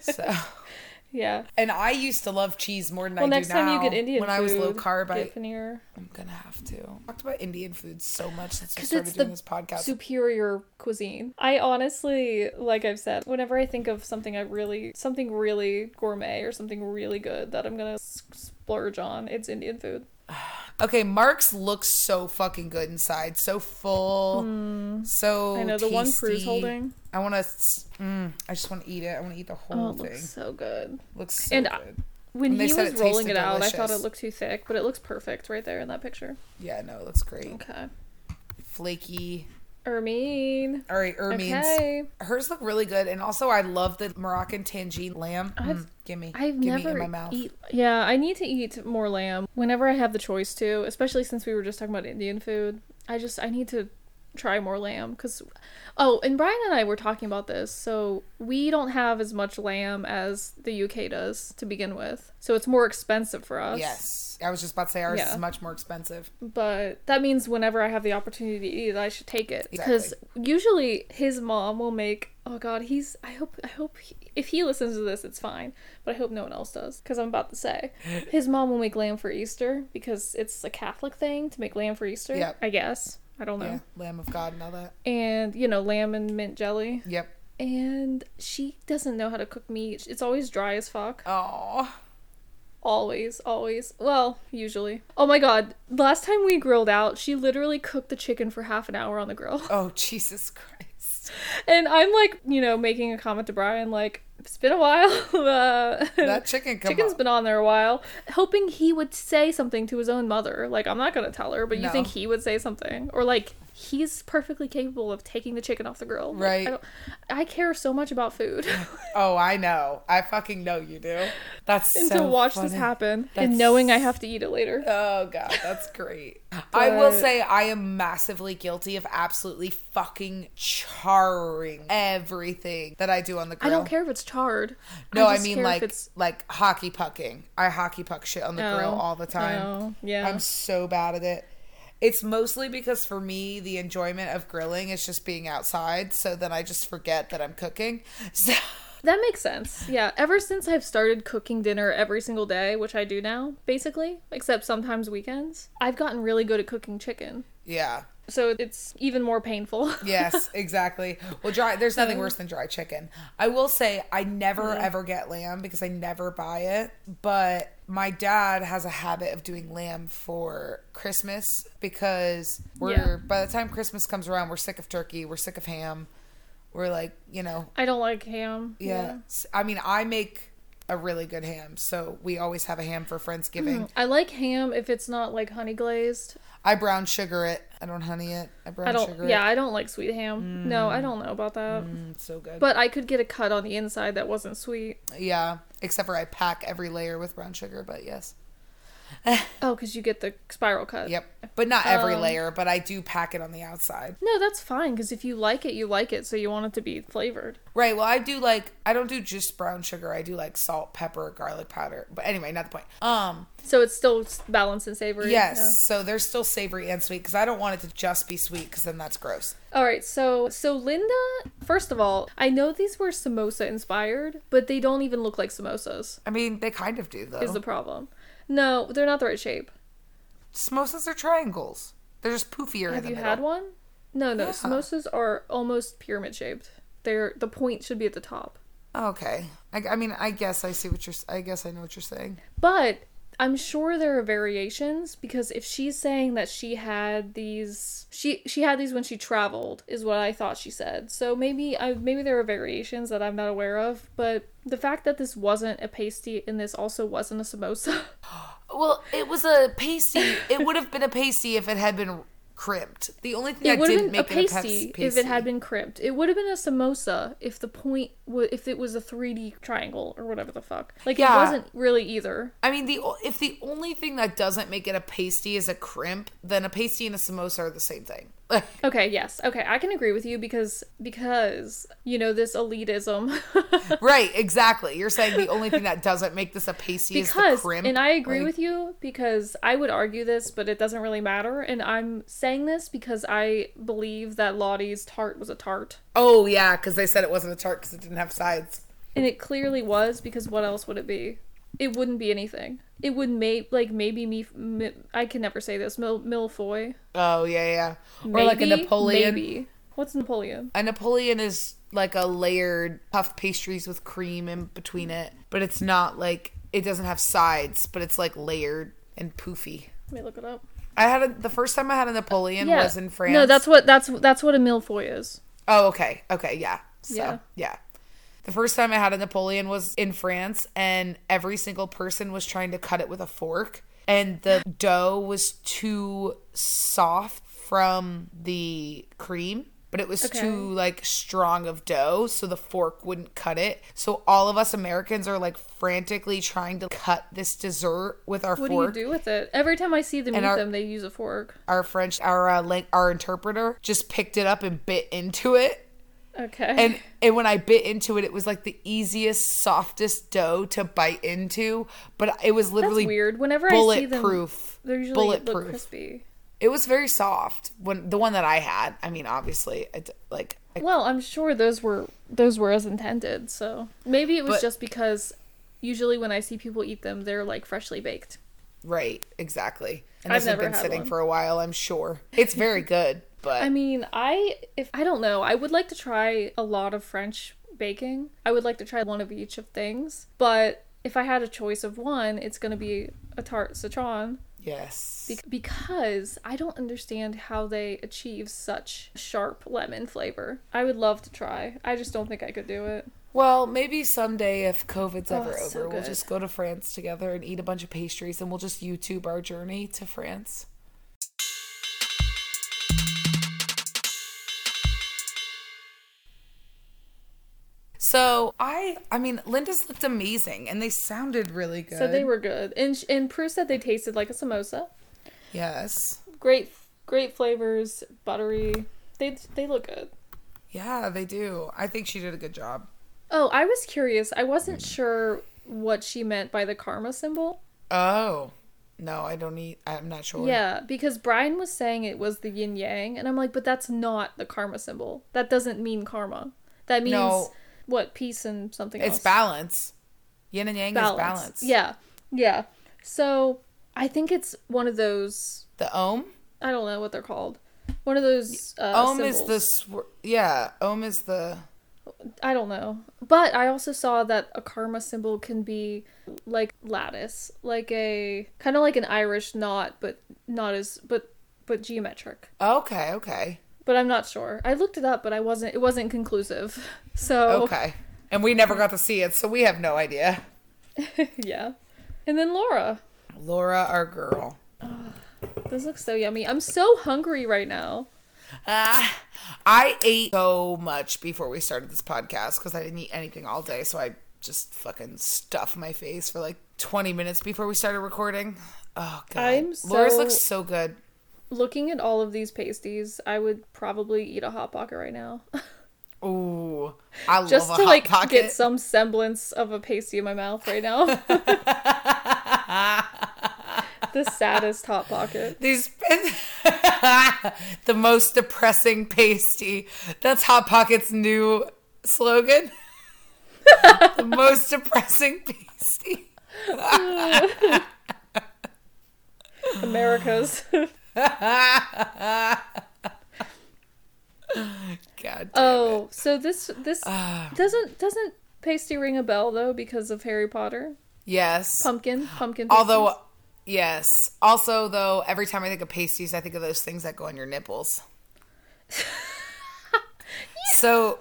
B: so,
A: yeah.
B: and I used to love cheese more than
A: Well,
B: I
A: next
B: do
A: time
B: now.
A: you get Indian
B: when I was low
A: food,
B: carb, I,
A: Get paneer.
B: I'm gonna have to. talked about Indian food so much since we
A: 'Cause
B: started
A: it's
B: doing
A: the
B: this podcast.
A: Superior cuisine. I honestly, like I've said, whenever I think of something I really, something really gourmet or something really good that I'm gonna s- splurge on, it's Indian food.
B: Okay, Mark's looks so fucking good inside, so full, so
A: Hmm. I know the one Prue's
B: tasty.
A: holding.
B: I want to. Mm, I just want to eat it. I want to eat the whole
A: Oh, it
B: thing.
A: looks so good.
B: Looks so
A: and I-
B: good.
A: When
B: And they
A: he
B: said
A: was
B: it tasted
A: rolling it out, I thought it
B: delicious.
A: looked too thick, but it looks perfect right there in that picture.
B: Yeah, no, it looks great.
A: Okay.
B: Flaky.
A: Ermine.
B: All right, Ermine's.
A: Okay.
B: Hers look really good, and also I love the Moroccan tangine lamb.
A: I've-
B: Mm, gimme,
A: I've
B: gimme
A: never
B: in my mouth.
A: eat. Yeah, I need to eat more lamb whenever I have the choice to, especially since we were just talking about Indian food. I just I need to try more lamb cuz oh, and Brian and I were talking about this. So, we don't have as much lamb as the UK does to begin with. So, it's more expensive for us.
B: Yes, I was just about to say ours
A: Yeah. Mm-hmm.
B: is much more expensive.
A: But that means whenever I have the opportunity to eat, it, I should take it because usually his mom will make. Oh God, he's. I hope. I hope he, if he listens to this, it's fine. But I hope no one else does because I'm about to say his mom will make lamb for Easter because it's a Catholic thing to make lamb for Easter.
B: Yep.
A: I guess. I don't know.
B: Yeah, Lamb of God and all that.
A: And you know, lamb and mint jelly.
B: Yep.
A: And she doesn't know how to cook meat. It's always dry as fuck.
B: Oh,
A: Always, always. Well, usually. Oh my god. Last time we grilled out, she literally cooked the chicken for half an hour on the grill.
B: oh, Jesus Christ.
A: And I'm like, you know, making a comment to Brian, like, it's been a while. Uh,
B: That chicken come
A: chicken's
B: up.
A: been on there a while. Hoping he would say something to his own mother. Like, I'm not gonna tell her, but you
B: No.
A: think he would say something? Or like, he's perfectly capable of taking the chicken off the grill. Like,
B: Right.
A: I, don't, I care so much about food.
B: Oh, I know. I fucking know you do. That's
A: and
B: so
A: to watch
B: funny.
A: this happen
B: That's-
A: and knowing I have to eat it later.
B: Oh god, that's great. I will
A: But-
B: say I am massively guilty of absolutely fucking charring everything that I do on the grill.
A: I don't care if it's charred.
B: No, I,
A: just
B: mean
A: care if
B: like
A: it's-
B: like hockey pucking. I hockey puck shit on the grill
A: No,
B: all the time.
A: no, yeah.
B: I'm so bad at it. It's mostly because for me the enjoyment of grilling is just being outside, so then I just forget that I'm cooking. So
A: that makes sense. Yeah. Ever since I've started cooking dinner every single day, which I do now, basically, except sometimes weekends, I've gotten really good at cooking chicken.
B: yeah.
A: So it's even more painful.
B: Yes, exactly. Well, dry. There's nothing worse than dry chicken. I will say I never
A: Mm-hmm.
B: ever get lamb because I never buy it. But my dad has a habit of doing lamb for Christmas because we're
A: Yeah.
B: by the time Christmas comes around, we're sick of turkey, we're sick of ham, we're like you know
A: I don't like ham.
B: yeah. S- I mean, I make a really good ham, so we always have a ham for Friendsgiving.
A: I like ham if it's not like honey glazed.
B: I brown sugar it. I don't honey it. I brown
A: I
B: sugar
A: don't.
B: it.
A: Yeah, I don't like sweet ham. No, I don't know about that.
B: Mm, so good.
A: But I could get a cut on the inside that wasn't sweet.
B: Yeah, except for I pack every layer with brown sugar, but yes.
A: Oh, because you get the spiral cut.
B: Yep. But not every
A: Um,
B: layer, but I do pack it on the outside.
A: No, that's fine because if you like it, you like it, so you want it to be flavored.
B: Right. Well, I do like I don't do just brown sugar. I do like salt, pepper, garlic powder. But anyway, not the point. Um,
A: So it's still s- balanced and savory.
B: yes.
A: yeah.
B: So there's still savory and sweet cuz I don't want it to just be sweet cuz then that's gross.
A: All right. So so Linda, first of all, I know these were samosa inspired, but they don't even look like samosas.
B: I mean, they kind of do though.
A: Is the problem? No, they're not the right shape.
B: Samosas are triangles. They're just poofier in
A: Have
B: the
A: you
B: middle.
A: had one? No, no.
B: Yeah.
A: Samosas are almost pyramid shaped. They're the point should be at the top.
B: Okay. I, I mean, I guess I see what you're s- I guess I know what you're saying.
A: But I'm sure there are variations because if she's saying that she had these she she had these when she traveled is what I thought she said. So maybe I maybe there are variations that I'm not aware of, but the fact that this wasn't a pasty and this also wasn't a samosa.
B: Well, it was a pasty. It would have been a pasty if it had been crimped. The only thing
A: it
B: that
A: would have
B: didn't
A: been a
B: make it a
A: pasty,
B: pasty,
A: if it had been crimped. It would have been a samosa if the point w- if it was a 3D triangle or whatever the fuck. Like
B: Yeah.
A: it wasn't really either.
B: I mean, the o- if the only thing that doesn't make it a pasty is a crimp, then a pasty and a samosa are the same thing.
A: Okay, yes. Okay, I can agree with you because because you know this elitism
B: right? Exactly. You're saying the only thing that doesn't make this a pasty is
A: because
B: the crimp.
A: and i agree
B: Like,
A: with you because i would argue this but it doesn't really matter and i'm saying this because i believe that lottie's tart was a tart
B: Oh yeah, because they said it wasn't a tart because it didn't have sides.
A: and it clearly was because what else would it be it wouldn't be anything it would make like maybe me mi- i can never say this mil- milfoy
B: Oh yeah, yeah. or like a
A: Maybe?
B: Napoleon.
A: maybe what's napoleon
B: A Napoleon is like a layered puff pastries with cream in between it, but it's not like it doesn't have sides, but it's like layered and poofy.
A: let me look it up
B: I had a, the first time I had a Napoleon was in France.
A: no that's what that's that's what a milfoy is
B: oh okay, okay, yeah, so,
A: Yeah.
B: yeah. The first time I had a Napoleon was in France, and every single person was trying to cut it with a fork, and the dough was too soft from the cream. But it was
A: Okay.
B: too like strong of dough, so the fork wouldn't cut it. So all of us Americans are like frantically trying to cut this dessert with our
A: What
B: fork
A: do you do with it? Every time I see them eat
B: our-
A: them, they use a fork.
B: our French, our uh, lang- our interpreter just picked it up and bit into it.
A: Okay.
B: And and when I bit into it, it was like the easiest, softest dough to bite into. But it was
A: that's
B: literally
A: weird. Whenever I see them,
B: bulletproof.
A: they're usually look
B: bulletproof.
A: crispy.
B: It was very soft. When the one that I had, I mean, obviously, I d like I,
A: Well, I'm sure those were those were as intended. So maybe it was
B: But-
A: just because usually when I see people eat them, they're like freshly baked.
B: right, exactly. And
A: I've
B: this had
A: never
B: been
A: had
B: sitting
A: one.
B: for a while. I'm sure it's very good, but
A: I mean, I if I don't know, I would like to try a lot of French baking. I would like to try one of each of things, but if I had a choice of one, it's going to be a tart citron
B: yes,
A: bec- because I don't understand how they achieve such sharp lemon flavor. I would love to try. I just don't think I could do it.
B: Well, maybe someday if COVID's
A: Oh,
B: ever
A: it's so
B: over, we'll
A: good.
B: just go to France together and eat a bunch of pastries and we'll just YouTube our journey to France. So I, I mean, Linda's looked amazing, and they sounded really good.
A: So they were good. And sh- and Prue said they tasted like a samosa.
B: yes,
A: Great great flavors, buttery. They they look good.
B: yeah, they do. I think she did a good job.
A: Oh, I was curious. I wasn't sure what she meant by the karma symbol.
B: Oh no, I don't eat. I'm not sure.
A: Yeah, because Brian was saying it was the yin yang, and I'm like, but that's not the karma symbol. That doesn't mean karma. That means
B: No.
A: what peace and something
B: it's
A: else.
B: balance. Yin and yang is balance.
A: Yeah, yeah. So I think it's one of those.
B: The ohm.
A: I don't know what they're called. One of those. Uh,
B: Ohm
A: symbols.
B: is the swir- yeah. Ohm is the
A: I don't know. But I also saw that a karma symbol can be like lattice, like a kind of like an Irish knot, but not as but but geometric.
B: okay, okay,
A: But I'm not sure. I looked it up, but I wasn't. It wasn't conclusive. So
B: okay. And we never got to see it, so we have no idea.
A: yeah. And then Laura.
B: Laura, our girl.
A: This looks so yummy. I'm so hungry right now.
B: Ah, I ate so much before we started this podcast because I didn't eat anything all day, so I just fucking stuffed my face for like 20 minutes before we started recording. Oh god,
A: I'm
B: Laura's
A: so-
B: looks so good.
A: Looking at all of these pasties, I would probably eat a hot pocket right now,
B: Ooh, I
A: just
B: love a
A: to
B: hot
A: like
B: pocket.
A: get some semblance of a pasty in my mouth right now. the saddest hot pocket.
B: These the most depressing pasty. That's Hot Pocket's new slogan. the most depressing pasty.
A: America's.
B: God.
A: oh, so this this
B: Ah.
A: doesn't doesn't pasty ring a bell though because of Harry Potter.
B: yes.
A: Pumpkin, pumpkin. pasties.
B: Although yes. Also though, every time I think of pasties, I think of those things that go on your nipples. so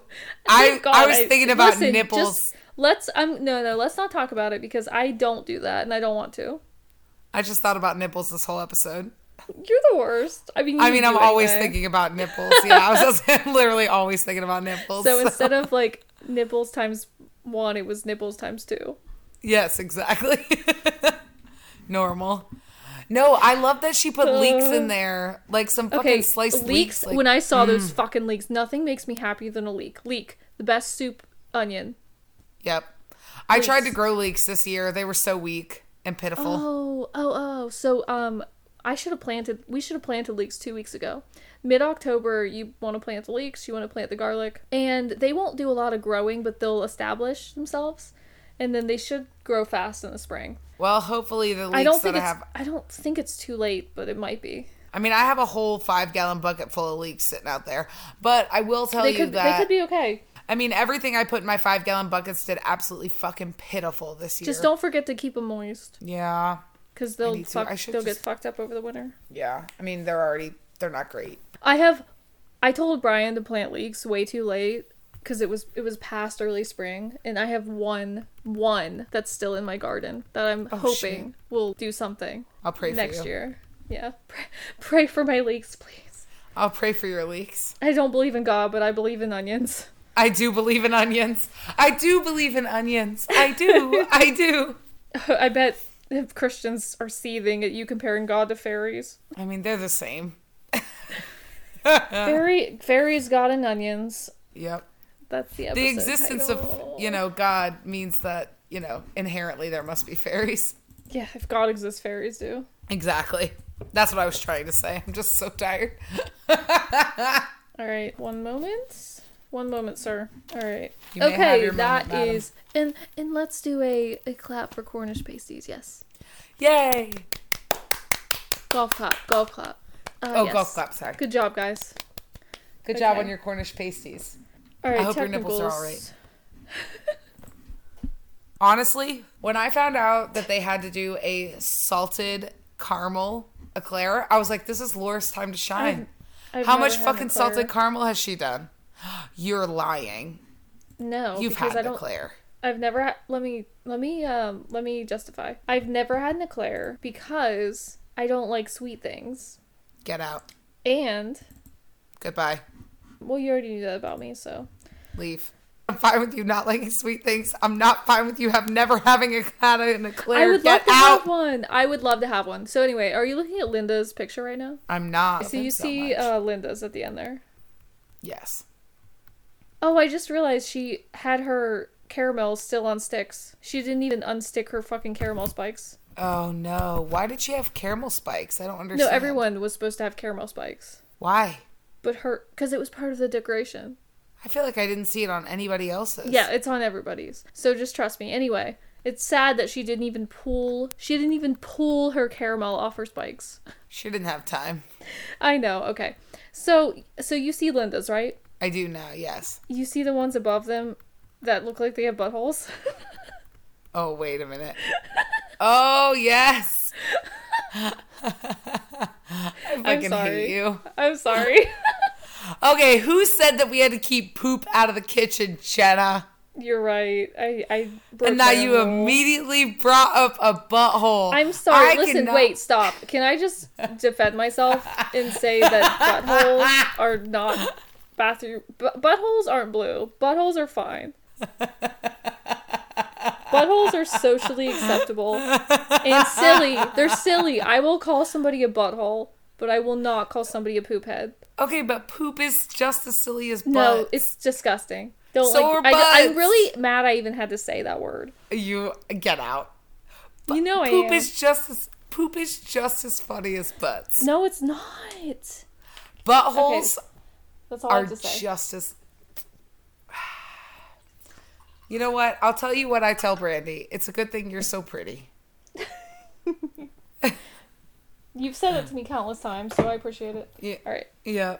B: I
A: Thank Oh God
B: I was thinking about
A: listen,
B: nipples.
A: just- let's um no no let's not talk about it because I don't do that and I don't want to.
B: I just thought about nipples this whole episode.
A: You're the worst. I mean,
B: I
A: you
B: mean,
A: do
B: I'm always
A: anyway.
B: thinking about nipples. Yeah, I was just literally always thinking about nipples.
A: So instead of like nipples times one, it was nipples times two.
B: yes, exactly. Normal. No, I love that she put leeks in there, like some fucking
A: Uh, Okay,
B: sliced leeks.
A: leeks.
B: like- mm.
A: when I saw those fucking leeks, nothing makes me happier than a leek. Leek, the best soup. Onion.
B: yep, I tried to
A: Leeks.
B: grow leeks this year. They were so weak and pitiful.
A: Oh oh oh. So um, I should have planted. We should have planted leeks two weeks ago. Mid October, you want to plant the leeks. You want to plant the garlic, and they won't do a lot of growing, but they'll establish themselves, and then they should grow fast in the spring.
B: Well, hopefully the leeks
A: I don't
B: that
A: think
B: I
A: it's.
B: have.
A: I don't think it's too late, but it might be.
B: I mean, I have a whole five gallon bucket full of leeks sitting out there. But I will tell
A: They
B: you
A: could.
B: that
A: They could be okay.
B: I mean, everything I put in my five gallon buckets did absolutely fucking pitiful this year.
A: Just don't forget to keep them moist,
B: Yeah.
A: because they'll
B: need to.
A: fuck,
B: I
A: they'll
B: should
A: get
B: just-
A: fucked up over the winter.
B: Yeah. I mean, they're already they're not great.
A: I have. I told Brian to plant leeks way too late because it was it was past early spring, and I have one one that's still in my garden that I'm
B: Oh,
A: hoping will do something
B: I'll pray for
A: next
B: you.
A: year. Yeah, pray, pray for my leeks, please.
B: I'll pray for your leaks.
A: I don't believe in God, but I believe in onions.
B: I do believe in onions. I do believe in onions. I do. I do.
A: I bet if Christians are seething at you comparing God to fairies.
B: I mean, they're the same. Uh.
A: Fairy fairies, God, and onions.
B: Yep.
A: That's the episode.
B: The existence
A: title.
B: of, you know, God means that, you know, inherently there must be fairies.
A: yeah, if God exists, fairies do.
B: Exactly. That's what I was trying to say. I'm just so tired.
A: All right, one moment. One moment, sir. All right.
B: You may have
A: okay,
B: your
A: that
B: moment, madam.
A: is and and let's do a a clap for Cornish pasties. Yes,
B: Yay.
A: golf clap, golf clap. Uh,
B: Oh,
A: yes.
B: golf clap. Sorry. Good,
A: Good job, guys.
B: job
A: okay.
B: on your Cornish pasties.
A: All right,
B: hope your nipples are all
A: technicals.
B: Honestly, when I found out that they had to do a salted caramel eclair, I was like, this is Laura's time to shine.
A: I've
B: How much
A: never had an
B: fucking
A: eclair.
B: salted caramel has she done? You're lying.
A: No,
B: You've
A: because
B: had
A: I
B: an
A: don't.
B: eclair.
A: I've never had. Let me let me um let me justify. I've never had an eclair because I don't like sweet things,
B: Get out.
A: and
B: Goodbye.
A: well, you already knew that about me, so
B: Leave. I'm fine with you not liking sweet things. I'm not fine with you have never having a had an eclair.
A: I would love
B: Get
A: to
B: out.
A: have one. I would love to have one. So anyway, are you looking at Linda's picture right now?
B: I'm not.
A: so you see
B: much.
A: uh, Linda's at the end there.
B: yes.
A: Oh, I just realized she had her caramel still on sticks. She didn't even unstick her fucking caramel spikes.
B: Oh no. Why did she have caramel spikes? I don't
A: No,
B: understand.
A: everyone was supposed to have caramel spikes,
B: Why?
A: but her because it was part of the decoration.
B: I feel like I didn't see it on anybody else's.
A: Yeah, it's on everybody's. So just trust me. Anyway, it's sad that she didn't even pull. She didn't even pull her caramel off her spikes.
B: She didn't have time.
A: I know. Okay. So so you see Linda's right?
B: I do now, yes.
A: You see the ones above them that look like they have buttholes?
B: Oh, wait a minute. oh, yes. I fucking
A: sorry.
B: hate you.
A: I'm sorry.
B: Okay, who said that we had to keep poop out of the kitchen, Jenna?
A: You're right. I I broke
B: And now
A: my
B: you
A: own rule.
B: immediately brought up a butthole.
A: I'm sorry.
B: I
A: Listen,
B: cannot-
A: wait, stop. Can I just defend myself and say that buttholes are not bathroom. Bu- buttholes aren't blue. Buttholes are fine. Buttholes are socially acceptable and silly. They're silly. I will call somebody a butthole, but I will not call somebody a poop head.
B: Okay, but poop is just as silly as butt.
A: No, it's disgusting. Don't
B: So
A: like.
B: are
A: I, I'm
B: butts.
A: really mad. I even had to say that word.
B: You get out.
A: You know, I
B: Poop
A: am.
B: is just as poop is just as funny as butts.
A: No, it's not.
B: Buttholes
A: That's all I
B: are
A: have to say.
B: just as. You know what? I'll tell you what I tell Brandy. It's a good thing you're so pretty.
A: You've said it to me countless times, so I appreciate it.
B: Yeah.
A: All right.
B: Yeah.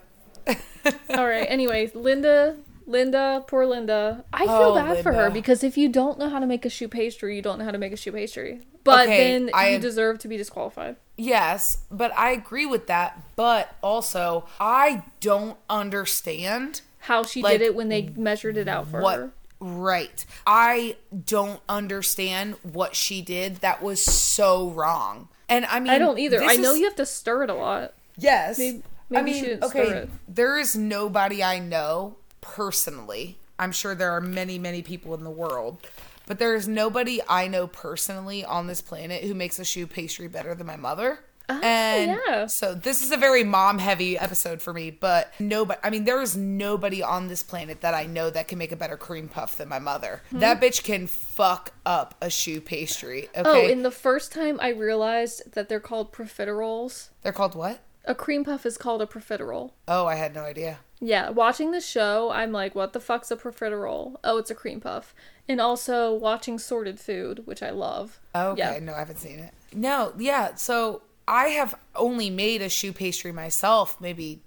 A: All right. Anyway, Linda, Linda, poor Linda. I feel
B: Oh,
A: bad for her
B: Linda.
A: because if you don't know how to make a shoe pastry, you don't know how to make a shoe pastry. But
B: Okay,
A: then
B: I-
A: you deserve to be disqualified.
B: Yes, but I agree with that. But also, I don't understand
A: How she
B: Like,
A: did it when they measured it out for
B: what.
A: her.
B: Right. I don't understand what she did that was so wrong. And I mean,
A: I don't either.
B: this
A: I know
B: is-
A: you have to stir it a lot.
B: Yes.
A: Maybe-
B: I
A: maybe she
B: mean,
A: didn't
B: okay,
A: stir it.
B: there is nobody I know personally. I'm sure there are many, many people in the world, but there is nobody I know personally on this planet who makes a shoe pastry better than my mother. and
A: Ah, yeah.
B: so this is a very mom heavy episode for me, but nobody, I mean, there is nobody on this planet that I know that can make a better cream puff than my mother.
A: Hmm?
B: That bitch can fuck up a shoe pastry.
A: Oh,
B: Okay.
A: and the first time I realized that they're called profiteroles.
B: They're called what?
A: A cream puff is called a profiterole.
B: Oh, I had no idea.
A: Yeah, watching the show, I'm like, what the fuck's a profiterole? Oh, it's a cream puff. And also watching Sorted Food, which I love.
B: Oh, Okay,
A: Yeah.
B: no, I haven't seen it. No, yeah. So I have only made a shoe pastry myself, maybe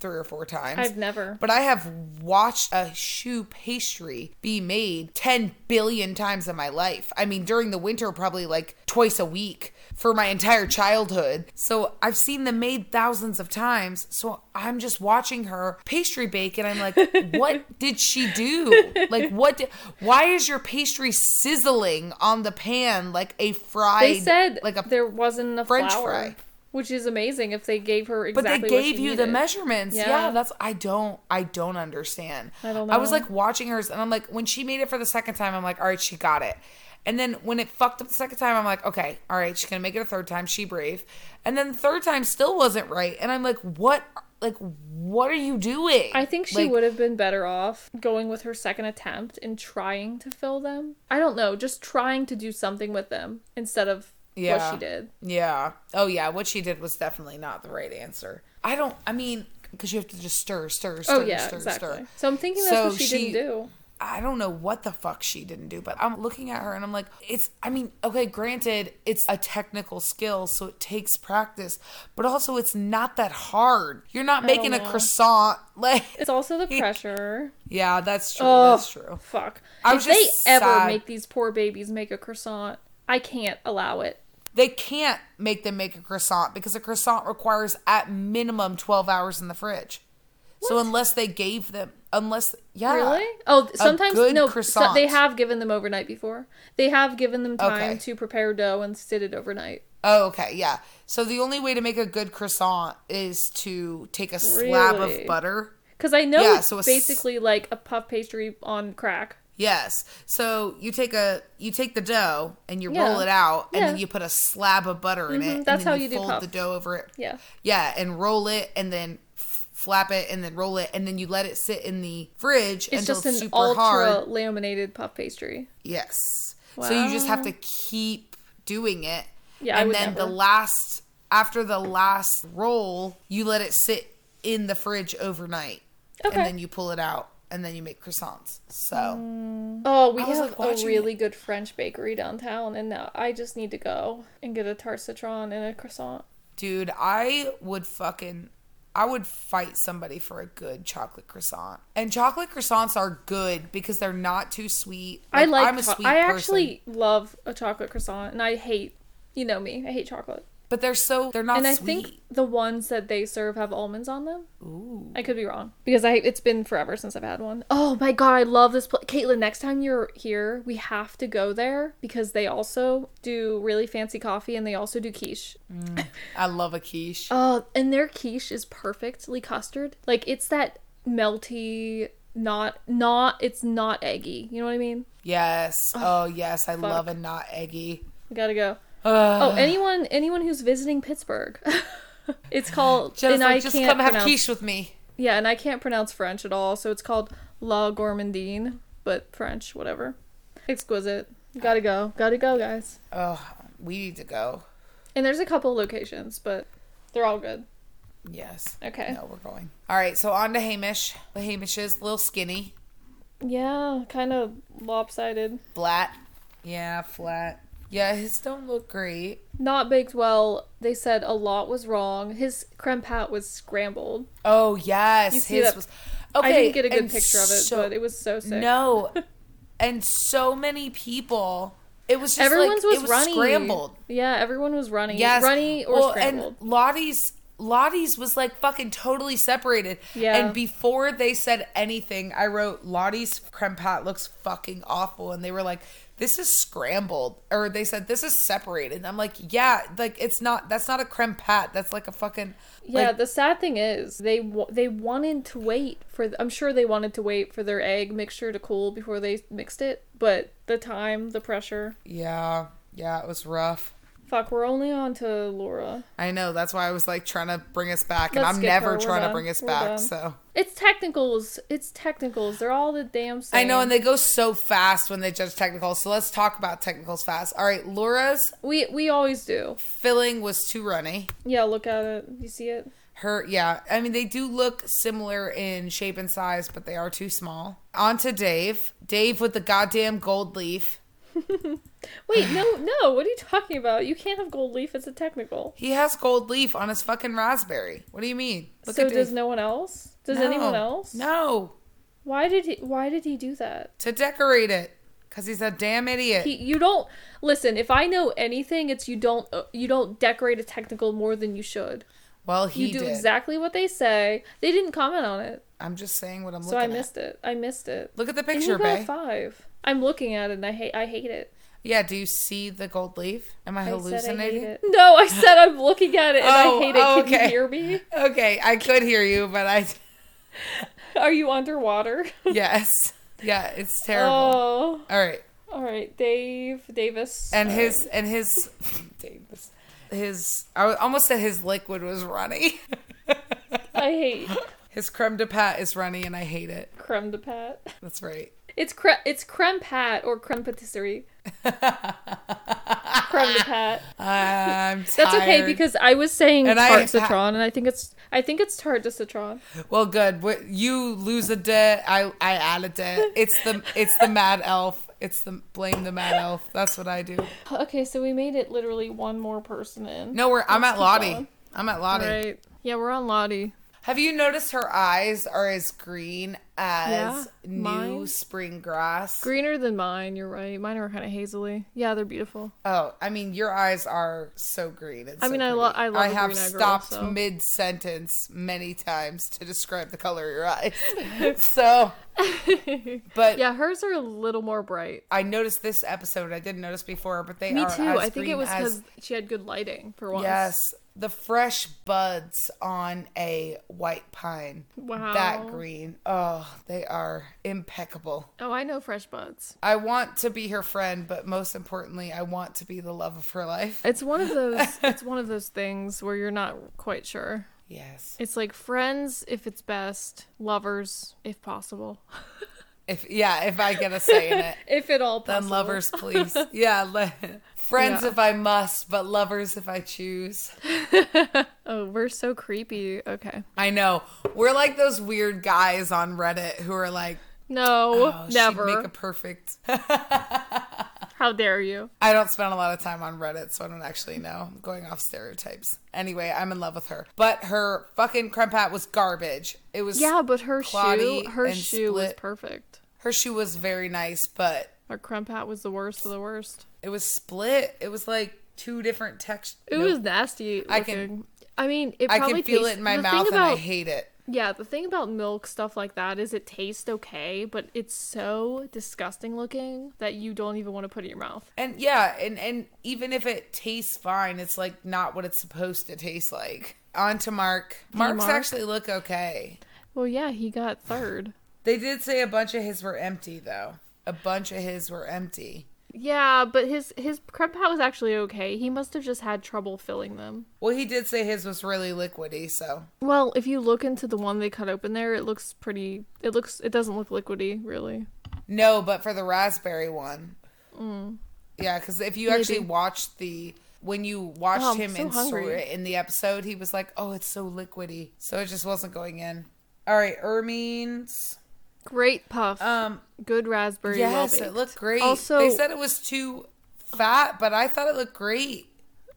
B: three or four times.
A: I've never.
B: But I have watched a shoe pastry be made 10 billion times in my life. I mean, during the winter, probably like twice a week for my entire childhood. So I've seen them made thousands of times. So I'm just watching her pastry bake and I'm like, what did she do? Like, what? Di- why is your pastry sizzling on the pan like a fried?
A: They said
B: like a
A: there wasn't enough
B: French
A: flour,
B: fry.
A: which is amazing if they gave her
B: but
A: exactly.
B: they
A: what
B: gave
A: she
B: you the
A: needed.
B: measurements. Yeah.
A: Yeah.
B: that's I don't I don't understand.
A: I don't
B: I was
A: know.
B: like watching hers and I'm like when she made it for the second time I'm like all right she got it. And then when it fucked up the second time I'm like okay, all right, she's going to make it a third time, she brave. And then the third time still wasn't right and I'm like what like what are you doing?
A: I think she
B: Like,
A: would have been better off going with her second attempt and trying to fill them. I don't know, just trying to do something with them instead of
B: Yeah.
A: what she did.
B: Yeah. Oh yeah, what she did was definitely not the right answer. I don't I mean because you have to just stir, stir, stir,
A: oh yeah,
B: stir,
A: exactly.
B: stir.
A: So I'm thinking that's
B: So
A: what she, didn't
B: she-
A: do.
B: I don't know what the fuck she didn't do, but I'm looking at her and I'm like, it's, I mean, okay, granted, it's a technical skill, so it takes practice, but also it's not that hard. You're not
A: don't
B: making a
A: know.
B: croissant. Like,
A: It's also the pressure.
B: yeah, that's true.
A: Oh,
B: That's true.
A: Fuck.
B: I
A: if
B: was
A: they
B: just
A: ever
B: sad.
A: make these poor babies make a croissant, I can't allow it.
B: They can't make them make a croissant because a croissant requires at minimum 12 hours in the fridge. So unless they gave them, unless, yeah.
A: Really? Oh, th- sometimes
B: Ah, good
A: no. So
B: croissant.
A: they have given them overnight before. They have given them time
B: Okay.
A: to prepare dough and sit it overnight.
B: Oh, okay, yeah. So the only way to make a good croissant is to take a slab
A: Really?
B: of butter.
A: Because I know
B: Yeah,
A: it's
B: so it's-
A: basically like a puff pastry on crack.
B: Yes. So you take a you take the dough and you
A: Yeah.
B: roll it out and then
A: Yeah. Mm-hmm.
B: you put a slab of butter in it. and
A: That's
B: then
A: how you do
B: fold the
A: puffs.
B: dough over it.
A: Yeah.
B: Yeah, and roll it and then f- flap it and then roll it and then you let it sit in the fridge
A: It's
B: until
A: just
B: it's
A: an
B: super
A: ultra
B: hard.
A: laminated puff pastry.
B: Yes. So you just have to keep doing it.
A: Yeah, I
B: and
A: would
B: then the
A: never.
B: last after the last roll, you let it sit in the fridge overnight.
A: Okay.
B: And then you pull it out and then you make croissants. So
A: Oh, we
B: I was,
A: have
B: like, watching
A: a
B: it.
A: really good French bakery downtown, and now I just need to go and get a tart citron and a croissant.
B: Dude, I would fucking I would fight somebody for a good chocolate croissant. And chocolate croissants are good because they're not too sweet.
A: I like. cho- I actually love a chocolate croissant, and I hate. You know me. I hate chocolate.
B: but they're so they're not
A: and I
B: sweet.
A: think the ones that they serve have almonds on them.
B: Ooh.
A: I could be wrong because I it's been forever since I've had one. Oh my god, I love this place. Caitlin, next time you're here, we have to go there because they also do really fancy coffee and they also do quiche.
B: I love a quiche.
A: Oh, and their quiche is perfectly custard. Like it's that melty, not not it's not eggy. You know what I mean?
B: yes. Oh yes, I love a not eggy.
A: We gotta go.
B: Ugh.
A: Oh, anyone anyone who's visiting Pittsburgh. it's called
B: Jen's
A: and
B: like,
A: I
B: just
A: can't
B: come have
A: pronounce-
B: quiche with me.
A: Yeah, and I can't pronounce French at all, so it's called La Gourmandine, but French, whatever. Exquisite. Gotta go. Gotta go, guys.
B: Oh, we need to go.
A: And there's a couple locations, but they're all good.
B: Yes.
A: Okay.
B: No, we're going. All right, so on to Hamish. The Hamish is a little skinny,
A: Yeah, kind of lopsided.
B: flat. Yeah, flat. Yeah, his don't look great.
A: Not baked well. They said a lot was wrong. His creme pat was scrambled.
B: Oh yes,
A: You see
B: his
A: that-
B: was.
A: I didn't get a good
B: and
A: picture of it,
B: so-
A: but it was so sick.
B: no, and so many people. It was just
A: Everyone's
B: like,
A: was,
B: it was
A: runny.
B: scrambled.
A: Yeah, everyone was runny.
B: Yes,
A: Runny or
B: Well,
A: scrambled.
B: And Lottie's Lottie's was like fucking totally separated.
A: Yeah.
B: And before they said anything, I wrote Lottie's creme pat looks fucking awful, and they were like, "This is scrambled," or they said, "This is separated." And I'm like, "Yeah, like it's not. That's not a creme pat. That's like a fucking
A: Yeah,
B: like,
A: the sad thing is they wa- they wanted to wait for. I'm sure they wanted to wait for their egg mixture to cool before they mixed it, but the time, the pressure.
B: yeah, yeah. It was rough."
A: Fuck, we're only on to Laura.
B: I know. That's why I was like trying to bring us back, and
A: Let's
B: I'm
A: skip
B: never
A: her, we're
B: trying
A: done,
B: to bring us
A: we're
B: back.
A: done.
B: So
A: It's technicals. It's technicals. They're all the damn same.
B: I know, and they go so fast when they judge technicals. So let's talk about technicals fast. All right, Laura's
A: we we always do.
B: filling was too runny.
A: Yeah, look at it. You see it?
B: Her, yeah. I mean, they do look similar in shape and size, but they are too small. On to Dave. Dave with the goddamn gold leaf.
A: Wait, no, no. What are you talking about? You can't have gold leaf. It's a technical.
B: He has gold leaf on his fucking raspberry. What do you mean? Look
A: so
B: at
A: does
B: Dave.
A: no one else? Does
B: No.
A: anyone else?
B: No,
A: Why did he? Why did he do that?
B: to decorate it. Cause he's a damn idiot.
A: He, you don't listen. If I know anything, it's you don't uh, you don't decorate a technical more than you should.
B: well, he
A: you do
B: did.
A: exactly what they say. They didn't comment on it,
B: I'm just saying what I'm
A: so
B: looking
A: I
B: at.
A: missed it. I missed it.
B: Look at the
A: And he
B: picture,
A: got a
B: babe.
A: five. I'm looking at it and I hate I hate it.
B: Yeah, do you see the gold leaf? Am I
A: I said I hate
B: hallucinating?
A: it. No, I said I'm looking at it and
B: Oh,
A: I hate it.
B: oh,
A: Can
B: okay.
A: you hear me?
B: Okay, I could hear you, but I
A: Are you underwater?
B: yes, yeah, it's terrible.
A: Oh.
B: All right,
A: All right, Dave Davis.
B: and
A: uh,
B: his and his Davis, his I almost said his liquid was runny.
A: I hate
B: his creme de pat is runny, and I hate it.
A: creme de pat.
B: That's right.
A: It's cre- it's creme pat or creme patisserie. creme de pat.
B: I'm tired.
A: That's okay because I was saying
B: And I-
A: tart citron, and I think it's I think it's tart de citron.
B: well, good. What you lose a debt, I I add a debt. It's the it's the mad elf. It's the blame the mad elf. That's what I do.
A: Okay, so we made it literally one more person in.
B: No, we're I'm
A: Let's
B: at
A: keep
B: Lottie.
A: going.
B: I'm at Lottie.
A: Right. Yeah, we're on Lottie.
B: Have you noticed her eyes are as green as
A: Yeah,
B: new
A: mine.
B: spring grass?
A: Greener than mine. You're right. Mine are kind of hazily. Yeah, they're beautiful.
B: Oh, I mean, your eyes are so green. It's
A: I
B: so
A: mean, I
B: pretty.
A: lo- I love
B: I
A: a
B: have
A: green-eyed girl,
B: stopped
A: so.
B: mid sentence many times to describe the color of your eyes. so, but
A: Yeah, hers are a little more bright.
B: I noticed this episode. I didn't notice before, but they
A: Me
B: are.
A: too.
B: As
A: I think it
B: green
A: was
B: as
A: because she had good lighting for once.
B: Yes, the fresh buds on a white pine.
A: Wow.
B: That green. Oh, they are impeccable.
A: Oh, I know fresh buds.
B: I want to be her friend, but most importantly, I want to be the love of her life.
A: It's one of those. it's one of those things where you're not quite sure.
B: Yes.
A: It's like friends if it's best, lovers if possible,
B: If yeah, if I get a say in it,
A: if at all possible.
B: then lovers please. Yeah, le- friends
A: Yeah.
B: if I must, but lovers if I choose.
A: Oh, we're so creepy. Okay.
B: I know. We're like those weird guys on Reddit who are like,
A: No,
B: "Oh, she'd
A: never.
B: make a perfect."
A: How dare you?
B: I don't spend a lot of time on Reddit, so I don't actually know. I'm going off stereotypes. Anyway, I'm in love with her, but her fucking creme pat was garbage. It was
A: Yeah, but her
B: Claudie
A: shoe, her
B: and
A: shoe was
B: Split.
A: perfect.
B: Her shoe was very nice, but
A: Her crump hat was the worst of the worst.
B: It was split. It was like two different textures.
A: It was nasty. Looking.
B: I
A: I
B: can-
A: can. I mean, it
B: I
A: probably
B: can feel
A: tastes-
B: it in my
A: the thing
B: mouth, and I
A: about-
B: hate it.
A: Yeah, the thing about milk stuff like that is it tastes okay, but it's so disgusting looking that you don't even want to put it in your mouth.
B: And yeah, and and even if it tastes fine, it's like not what it's supposed to taste like. On to Mark. Mark's
A: Mark.
B: actually look okay.
A: Well, yeah, he got third.
B: They did say a bunch of his were empty though. A bunch of his were empty.
A: Yeah, but his his crump hat was actually okay. He must have just had trouble filling them.
B: Well, he did say his was really liquidy, so
A: Well, if you look into the one they cut open there, it looks pretty. It looks. It doesn't look liquidy, really.
B: no. But for the raspberry one, Mm. yeah, because if you actually
A: Maybe.
B: watched the when you watched
A: Oh, I'm
B: him
A: so
B: in
A: hungry.
B: story, in the episode, he was like, "Oh, it's so liquidy," so it just wasn't going in. All right, Ermine's.
A: Great puff.
B: Um,
A: Good raspberry.
B: yes,
A: well
B: it looked great.
A: Also-
B: they said it was too fat, but I thought it looked great.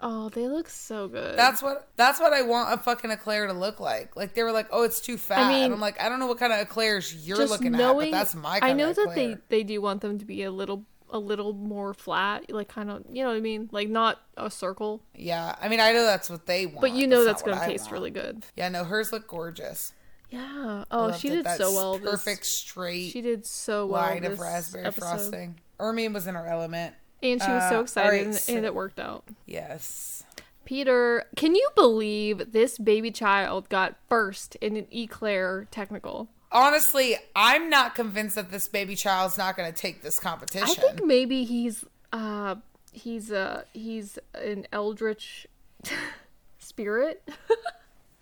A: Oh, they look so good.
B: That's what that's what I want a fucking eclair to look like. Like they were like, "Oh, it's too fat,"
A: mean-
B: and I'm like, "I don't know what kind of eclairs you're looking at, but that's my." Kind
A: I know
B: of
A: that they
B: eclair.
A: they do want them to be a little a little more flat, like kind of you know what I mean, like not a circle.
B: Yeah, I mean, I know that's what they want,
A: But you know that's
B: not
A: going
B: what
A: to
B: I
A: taste
B: want.
A: really good.
B: Yeah, no, hers look gorgeous.
A: Yeah. Oh,
B: Loved
A: she
B: it.
A: did
B: That
A: so well. this-
B: Perfect straight
A: She did so well.
B: line of
A: this
B: raspberry
A: episode.
B: frosting. Ermine was in her element.
A: And she was
B: Uh, all
A: so
B: right,
A: excited, and,
B: so-
A: and it worked out.
B: Yes.
A: Peter, can you believe this baby child got first in an eclair technical?
B: Honestly, I'm not convinced that this baby child's not going to take this competition.
A: I think maybe he's uh he's uh he's an eldritch spirit.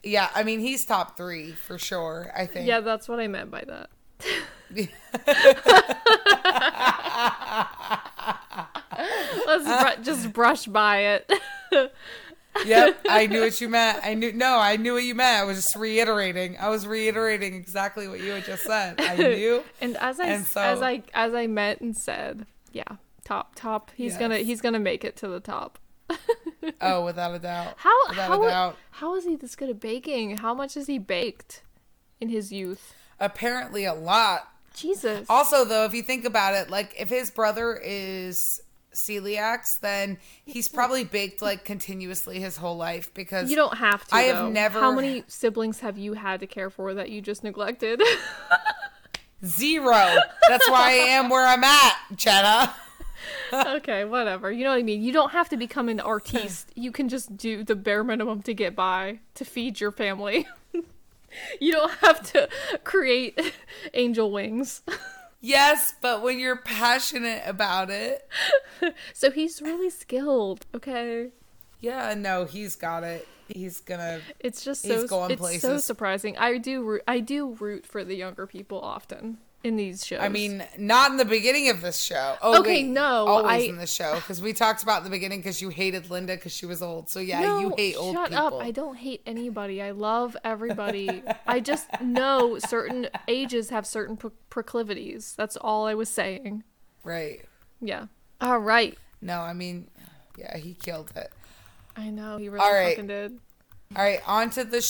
B: yeah, I mean, he's top three for sure. I think.
A: Yeah, that's what I meant by that. Let's br- just brush by it.
B: yep. I knew what you meant. I knew. No, I knew what you meant. I was just reiterating. I was reiterating exactly what you had just said. I knew.
A: and as I
B: And so-
A: as I as I meant and said, yeah, top top. He's gonna
B: Yes.
A: he's gonna make it to the top.
B: Oh, without a doubt.
A: How
B: Without a
A: how
B: doubt.
A: how is he this good at baking? How much has he baked in his youth?
B: Apparently, a lot.
A: Jesus.
B: Also, though, if you think about it, like if his brother is celiacs, then he's probably baked like continuously his whole life because
A: you don't have to.
B: I have
A: though.
B: never-
A: How many siblings have you had to care for that you just neglected?
B: zero. That's why I am where I'm at, Jenna.
A: okay, whatever. You know what I mean. You don't have to become an artiste. You can just do the bare minimum to get by to feed your family. you don't have to create angel wings.
B: Yes, but when you're passionate about it,
A: So he's really skilled. Okay.
B: yeah, no, he's got it. He's gonna.
A: It's just so
B: He's going
A: it's so
B: places.
A: surprising. I do root, I do root for the younger people often in these shows.
B: I mean, not in the beginning of this show. Oh,
A: Okay,
B: wait,
A: no,
B: always
A: I-
B: in the show because we talked about in the beginning because you hated Linda because she was old. So yeah,
A: No,
B: you hate old
A: shut
B: people.
A: up. I don't hate anybody. I love everybody. I just know certain ages have certain pro- proclivities. That's all I was saying.
B: Right?
A: Yeah. All right.
B: No, I mean, yeah, he killed it.
A: I know he really
B: All right.
A: fucking did.
B: All right, on to the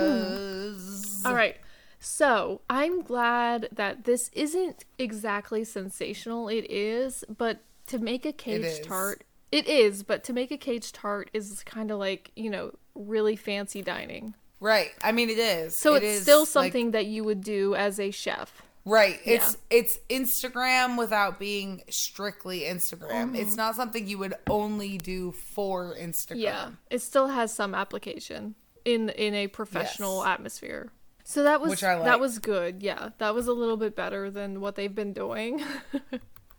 B: showstoppers.
A: All right. So I'm glad that this isn't exactly sensational. It is, but to make a
B: is.
A: cage tart, it is, but to make a cage tart is kind of like, you know, really fancy dining.
B: Right. I mean, it is.
A: So
B: It
A: it's
B: is,
A: still
B: like-
A: something that you would do as a chef.
B: right. It's it's Instagram without being strictly Instagram.
A: Mm-hmm.
B: It's not something you would only do for Instagram.
A: Yeah. It still has some application in in a professional
B: Yes.
A: atmosphere. So that was
B: Which I like.
A: that was good. Yeah. That was a little bit better than what they've been doing.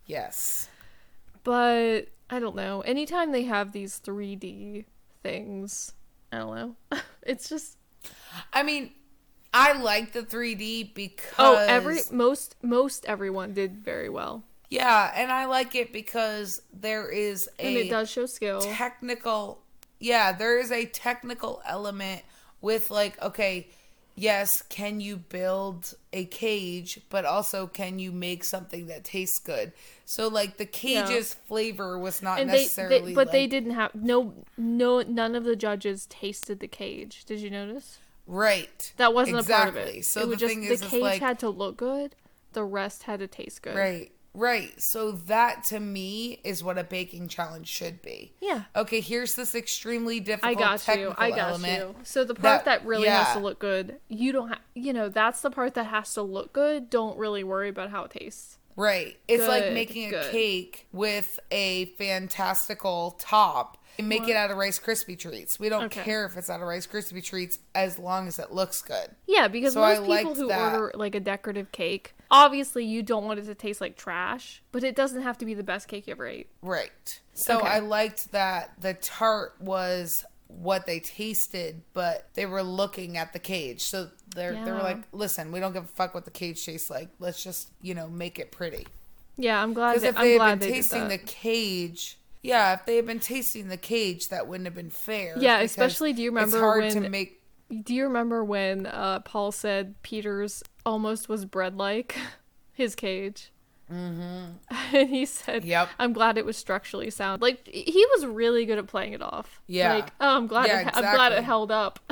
B: Yes.
A: but I don't know. Anytime they have these 3D things, I don't know. it's just
B: I mean, I like the 3D
A: oh,
B: because
A: every most most everyone did very well,
B: yeah, and I like it because there is a
A: and it does show skill.
B: technical yeah there is a technical element with like okay yes can you build a cage but also can you make something that tastes good so like the cage's flavor was not
A: And they,
B: necessarily
A: they but they
B: like-
A: didn't have no no none of the judges tasted the cage. Did you notice?
B: right
A: That wasn't a part of
B: Exactly.
A: it.
B: so
A: it
B: the
A: was just
B: thing
A: the
B: is,
A: cage
B: is like
A: had to look good. The rest had to taste good.
B: Right. Right. So that to me is what a baking challenge should be.
A: Yeah.
B: Okay, here's this extremely
A: I
B: difficult
A: got you.
B: technical
A: I got
B: element.
A: you. So the part
B: that-
A: that, really
B: yeah.
A: has to look good, you don't have, you know, that's the part that has to look good. Don't really worry about how it tastes.
B: Right. It's like
A: Good,
B: making a
A: good.
B: cake with a fantastical top. And make it out of Rice Krispie treats. We don't
A: Okay.
B: care if it's out of Rice Krispie treats as long as it looks good.
A: Yeah, because
B: So
A: most
B: I
A: people
B: liked
A: who
B: that.
A: order like a decorative cake, obviously you don't want it to taste like trash, but it doesn't have to be the best cake you ever ate.
B: Right. So
A: Okay.
B: I liked that the tart was what they tasted, but they were looking at the cage. So they're, they were
A: Yeah.
B: like, listen, we don't give a fuck what the cage tastes like. Let's just, you know, make it pretty.
A: Yeah, I'm glad.
B: Because
A: That,
B: if they
A: I'm glad
B: had been
A: they
B: tasting
A: did
B: the
A: that.
B: cage, yeah, if they had been tasting the cage, that wouldn't have been fair.
A: Yeah,
B: because
A: especially, do you remember
B: it's hard to
A: when-
B: make.
A: Do you remember when uh, Paul said Peter's almost was bread like his cage? Mm-hmm. And he said,
B: Yep.
A: I'm glad it was structurally sound. Like he was really good at playing it off.
B: Yeah.
A: Like oh, I'm glad.
B: Yeah,
A: it, I'm glad
B: exactly.
A: it held up.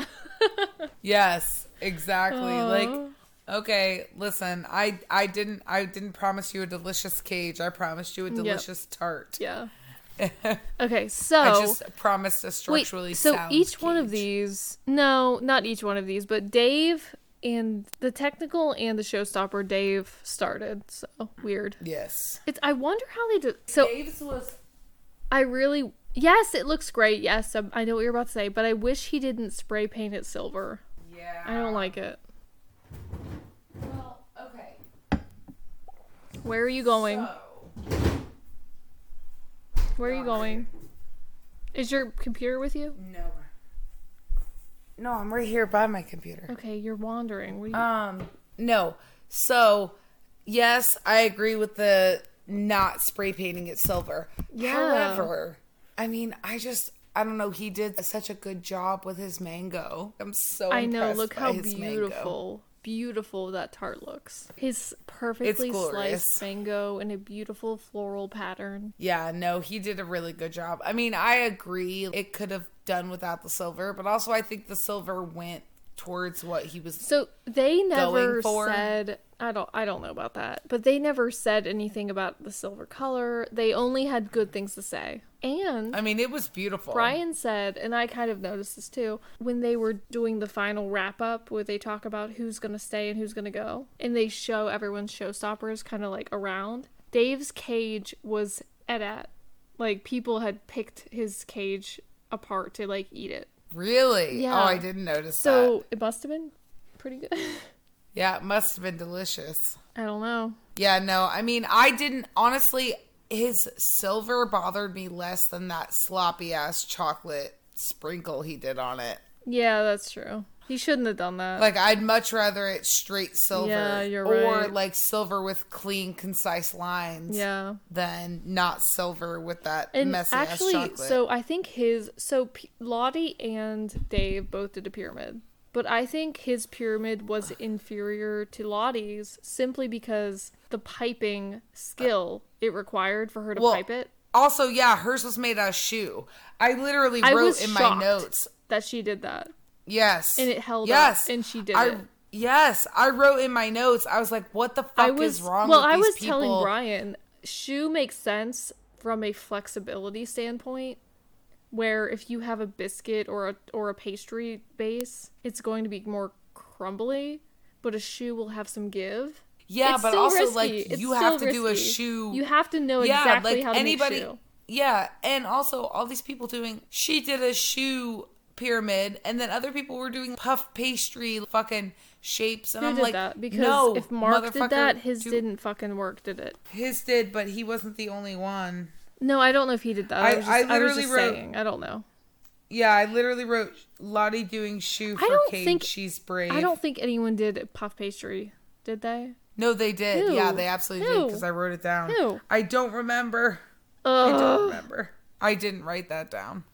B: Yes, exactly.
A: Aw.
B: Like, okay, listen, I I didn't I didn't promise you a delicious cage. I promised you a delicious tart.
A: yeah. okay. So
B: I just promised a structurally
A: Wait, so
B: sound
A: each one of
B: cage.
A: these no not each one of these but dave and the technical and the showstopper dave started so weird
B: Yes.
A: it's i wonder how they did so
B: Dave's was
A: i really yes it looks great yes um, i i know what you're about to say but i wish he didn't spray paint it silver
B: yeah.
A: i don't like it
B: Well, okay.
A: where are you going
B: So,
A: where are you going is your computer with you
B: no. No, I'm right here by my computer.
A: okay you're wandering what are you
B: Um, no. So, yes, I agree with the not spray painting it silver.
A: Yeah.
B: However, I mean, I just I don't know. He did such a good job with his mango. I'm so
A: I know.
B: impressed
A: Look
B: by
A: how
B: his mango.
A: beautiful, beautiful that tart looks. His perfectly
B: glorious.
A: sliced mango in a beautiful floral pattern.
B: Yeah, no, he did a really good job. I mean, I agree. It could have done without the silver, but also I think the silver went towards what he was
A: So they never
B: for?
A: said I don't I don't know about that, but they never said anything about the silver color. They only had good things to say. And
B: I mean, it was beautiful.
A: Brian said, and I kind of noticed this too, when they were doing the final wrap up where they talk about who's going to stay and who's going to go, and they show everyone's showstoppers kind of like around. Dave's cage was at at. Like people had picked his cage apart to like eat it.
B: Really?
A: Yeah.
B: Oh, I didn't notice
A: So
B: that.
A: it must have been pretty good.
B: Yeah, it must have been delicious.
A: I don't know.
B: Yeah, no, I mean, I didn't, honestly, his silver bothered me less than that sloppy ass chocolate sprinkle he did on it.
A: Yeah, that's true. He shouldn't have done that.
B: Like, I'd much rather it straight silver.
A: Yeah, you're
B: Or,
A: right.
B: like, silver with clean, concise lines.
A: yeah.
B: Than not silver with that
A: And
B: messy
A: actually,
B: ass chocolate.
A: so I think his so P- Lottie and Dave both did a pyramid, but I think his pyramid was inferior to Lottie's simply because the piping skill it required for her to
B: Well,
A: pipe it.
B: Also, yeah, hers was made out of shoe. I literally
A: I
B: wrote
A: was
B: in my
A: shocked
B: notes.
A: that she did that.
B: Yes.
A: And it held
B: yes.
A: up, and she did
B: I,
A: it.
B: Yes. I wrote in my notes. I was like, what the fuck
A: I was
B: is wrong
A: well.
B: with
A: I
B: these
A: was
B: people?
A: telling Brian, shoe makes sense from a flexibility standpoint, where if you have a biscuit or a or a pastry base, it's going to be more crumbly, but a shoe will have some give.
B: Yeah,
A: It's
B: but
A: still
B: also
A: risky.
B: like
A: It's
B: you have to
A: still
B: do a
A: risky.
B: shoe.
A: You have to know exactly how to make shoe.
B: Yeah, and also all these people doing. She did a shoe pyramid, and then other people were doing puff pastry fucking shapes, and
A: Who
B: I'm
A: did
B: like,
A: that? Because
B: no,
A: if Mark did
B: motherfucker,
A: that, his
B: do-
A: didn't fucking work, did it?
B: His did, but he wasn't the only one.
A: No, I don't know if he did that. I,
B: I-
A: was just, I
B: I
A: was
B: literally
A: just
B: wrote-
A: saying. I don't know.
B: Yeah, I literally wrote Lottie doing shoe for
A: don't
B: Cade.
A: think-
B: She's brave.
A: I don't think anyone did puff pastry, did they?
B: No, they did. Yeah,
A: Who?
B: they absolutely did
A: Who?
B: because I wrote it down.
A: Who?
B: I don't remember. I don't
A: Ugh.
B: remember. I didn't write that down.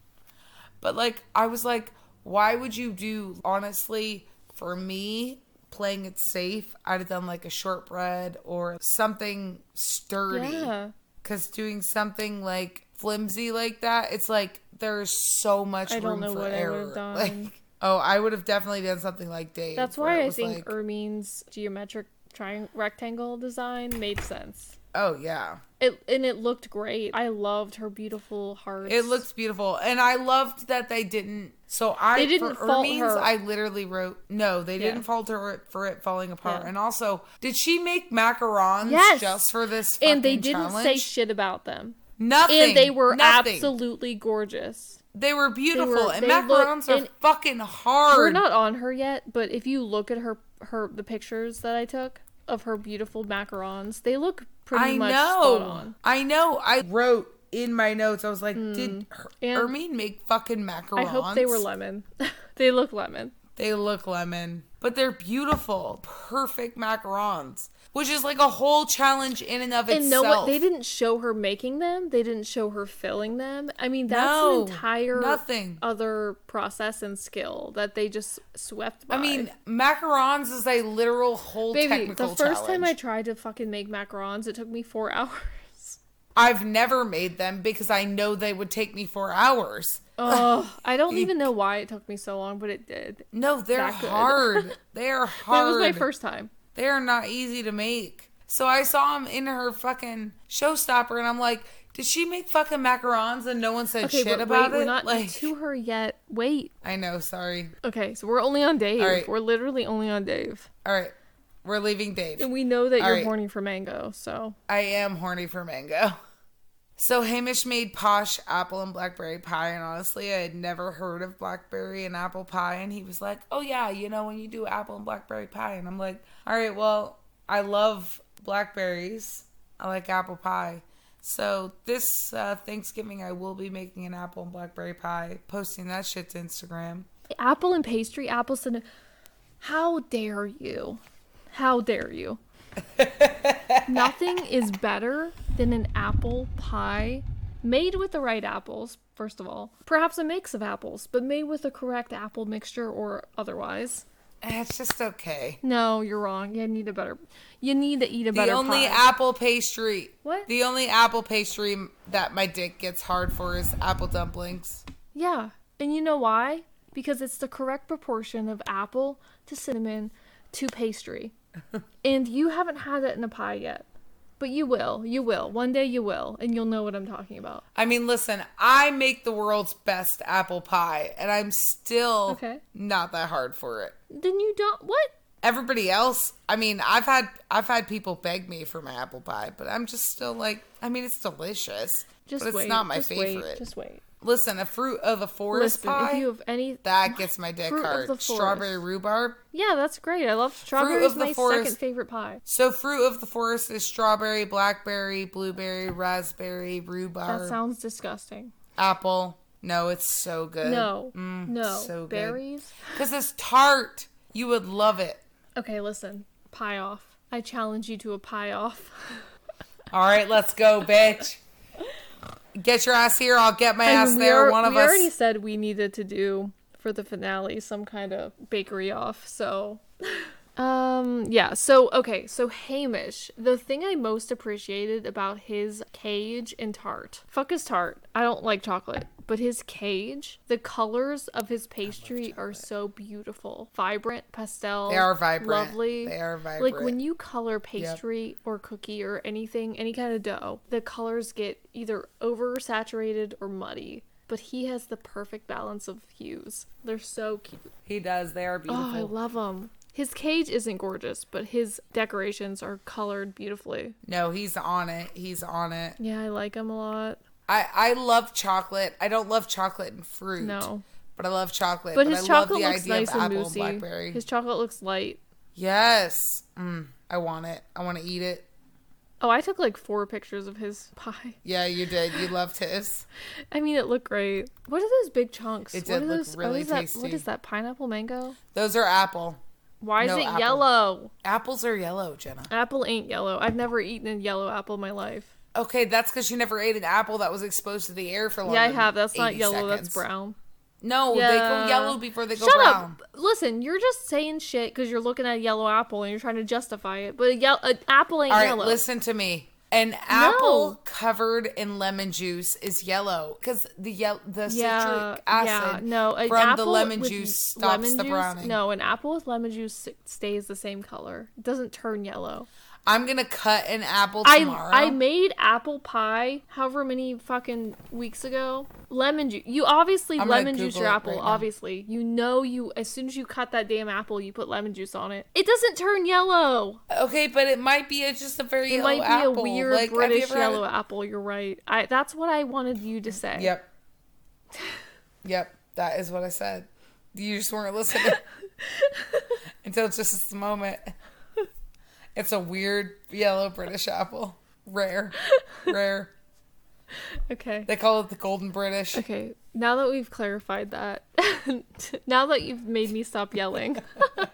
B: But like, I was like, why would you do? Honestly, for me, playing it safe, I'd have done like a shortbread or something sturdy.
A: Yeah.
B: Cause doing something like flimsy like that, it's like there's so much
A: I don't
B: room
A: know
B: for
A: what I
B: error.
A: would've done.
B: Like, oh, I would have definitely done something like Dave.
A: That's
B: where
A: why
B: it
A: I
B: was
A: think er
B: like,
A: Ermine's geometric triangle rectangle design made sense.
B: oh yeah,
A: It and it looked great. I loved her beautiful heart.
B: It looks beautiful, and I loved that they didn't. So I
A: They didn't
B: for
A: fault
B: Ermine's,
A: her.
B: I literally wrote no. They
A: Yeah.
B: didn't fault her for it falling apart.
A: Yeah.
B: And also, did she make macarons
A: Yes!
B: just for this?
A: and they
B: fucking
A: didn't
B: challenge?
A: say shit about them.
B: nothing.
A: And they were
B: nothing.
A: absolutely gorgeous.
B: They were beautiful,
A: were-
B: and
A: they look-
B: macarons are
A: and-
B: fucking hard.
A: We're not on her yet, but if you look at her her the pictures that I took of her beautiful macarons, they look pretty
B: I
A: much spot
B: know.
A: on.
B: I know. I wrote in my notes. I was like, did Her-
A: Hmm. And-
B: Ermine make fucking macarons?
A: I hope they were lemon. they look lemon.
B: They look lemon, but they're beautiful, perfect macarons, which is like a whole challenge in and of
A: And no
B: itself.
A: one they didn't show her making them. They didn't show her filling them. I mean, that's
B: No,
A: an entire
B: nothing.
A: other process and skill that they just swept by.
B: I mean, macarons is a literal whole
A: baby, the
B: technical
A: first time I
B: challenge.
A: tried to fucking make macarons, it took me four hours.
B: I... have never made them because I know they would take me four hours.
A: Oh, I don't even know why it took me so long, but it did.
B: No, they're
A: That good.
B: hard. they are
A: But it
B: hard.
A: was my first time.
B: They are not easy to make. So I saw him in her fucking showstopper, and I'm like, did she make fucking macarons? And no one said
A: Okay,
B: shit
A: but
B: about
A: wait,
B: it.
A: we're not
B: like,
A: to her yet. Wait.
B: I know. Sorry.
A: Okay, so we're only on Dave.
B: right.
A: We're literally only on Dave,
B: All right, we're leaving Dave.
A: and we know that
B: All
A: you're
B: right.
A: horny for mango. So
B: I am horny for mango. So Hamish made posh apple and blackberry pie, and honestly, I had never heard of blackberry and apple pie. And he was like, "Oh yeah, you know when you do apple and blackberry pie," and I'm like, "All right, well, I love blackberries. I like apple pie." So this uh, Thanksgiving, I will be making an apple and blackberry pie, posting that shit to Instagram.
A: apple and pastry, apple cinnamon. How dare you? How dare you? Nothing is better than an apple pie made with the right apples, first of all. Perhaps a mix of apples, but made with the correct apple mixture or otherwise.
B: Eh, It's just okay.
A: No, you're wrong. You need a better. You need to eat a better
B: The only
A: pie.
B: apple pastry.
A: What?
B: The only apple pastry that my dick gets hard for is apple dumplings.
A: yeah. And you know why? because it's the correct proportion of apple to cinnamon to pastry. and you haven't had it in a pie yet. But you will. You will. One day you will, and you'll know what I'm talking about.
B: I mean, listen, I make the world's best apple pie, and I'm still
A: Okay.
B: not that hard for it.
A: Then you don't what?
B: Everybody else, I mean, I've had I've had people beg me for my apple pie, but I'm just still like, I mean, it's delicious,
A: Just
B: but it's
A: wait.
B: not my
A: just
B: favorite.
A: Wait, just wait.
B: Listen, a fruit of the forest
A: Listen,
B: pie
A: if you have any
B: that gets my dick
A: Fruit of
B: hard.
A: the forest.
B: Strawberry rhubarb.
A: Yeah, that's great. I love strawberry is
B: of the
A: my
B: forest.
A: second favorite pie.
B: So fruit of the forest is strawberry, blackberry, blueberry, raspberry,
A: That
B: rhubarb,
A: sounds disgusting.
B: apple. No, it's so good. Mm,
A: No. no.
B: so good.
A: Berries.
B: Because it's tart. You would love it.
A: Okay, listen. Pie off. I challenge you to a pie off.
B: All right, let's go, bitch. Get your ass here. I'll get my ass
A: we
B: there.
A: are-
B: One of
A: we
B: us.
A: already said we needed to do for the finale some kind of bakery off, so um yeah, so okay, so Hamish, the thing I most appreciated about his cage and tart. Fuck his tart. I don't like chocolate, but his cage, the colors of his pastry are so beautiful. Vibrant, pastel.
B: They are vibrant.
A: Lovely.
B: They are
A: Like
B: vibrant.
A: when you color pastry or cookie or anything, any kind of dough, the colors get either oversaturated or muddy. But he has the perfect balance of hues. They're so cute.
B: He does. They are
A: Oh, I
B: beautiful.
A: love them. His cage isn't gorgeous, but his decorations are colored beautifully.
B: no, he's on it. He's on it.
A: Yeah, I like him a lot.
B: I I love chocolate. I don't love chocolate and fruit.
A: No.
B: But I love chocolate.
A: But his
B: I
A: chocolate
B: love the
A: looks
B: idea
A: nice
B: of
A: and
B: apple and
A: moosey.
B: blackberry.
A: his chocolate looks light.
B: Yes. Mm, I want it. I want to eat it.
A: Oh, I took like four pictures of his pie.
B: Yeah, you did. You loved his.
A: I mean, it looked great. What are those big chunks?
B: It
A: what
B: did
A: are
B: look
A: those, oh,
B: really
A: is that-
B: tasty.
A: what is that? Pineapple mango?
B: Those are apple.
A: Why is
B: No
A: it
B: apple.
A: yellow?
B: Apples are yellow, Jenna.
A: Apple ain't yellow. I've never eaten a yellow apple in my life.
B: Okay, that's because you never ate an apple that was exposed to the air for long.
A: yeah, I
B: than
A: have. That's not
B: 80
A: yellow.
B: seconds.
A: That's brown.
B: No, they
A: Yeah.
B: go yellow before they go
A: Shut
B: brown.
A: up. Listen, you're just saying shit because you're looking at a yellow apple and you're trying to justify it. But a yellow an apple ain't
B: All right,
A: yellow.
B: listen to me. An apple covered in lemon juice is yellow because the yellow the
A: yeah,
B: citric acid
A: yeah, no. An
B: from
A: apple
B: the lemon
A: with
B: juice stops
A: lemon
B: the
A: juice-
B: browning.
A: No, an apple with lemon juice s- stays the same color. It doesn't turn yellow.
B: I'm gonna cut an apple
A: I
B: tomorrow.
A: I made apple pie however many fucking weeks ago. Lemon juice. You obviously
B: I'm gonna
A: lemon juice
B: Google
A: your
B: it
A: apple.
B: right now.
A: obviously, you know you as soon as you cut that damn apple, you put lemon juice on it. It doesn't turn yellow.
B: okay, but it might be a, just a very
A: It
B: yellow
A: might be
B: apple.
A: a weird
B: Like, have you
A: British
B: ever had
A: yellow apple. You're right. I that's what I wanted you to say.
B: it? Yep. Yep, that is what I said. You just weren't listening until just this moment. It's a weird yellow British apple. Rare, rare.
A: Okay.
B: They call it the golden British.
A: Okay. Now that we've clarified that, now that you've made me stop yelling. now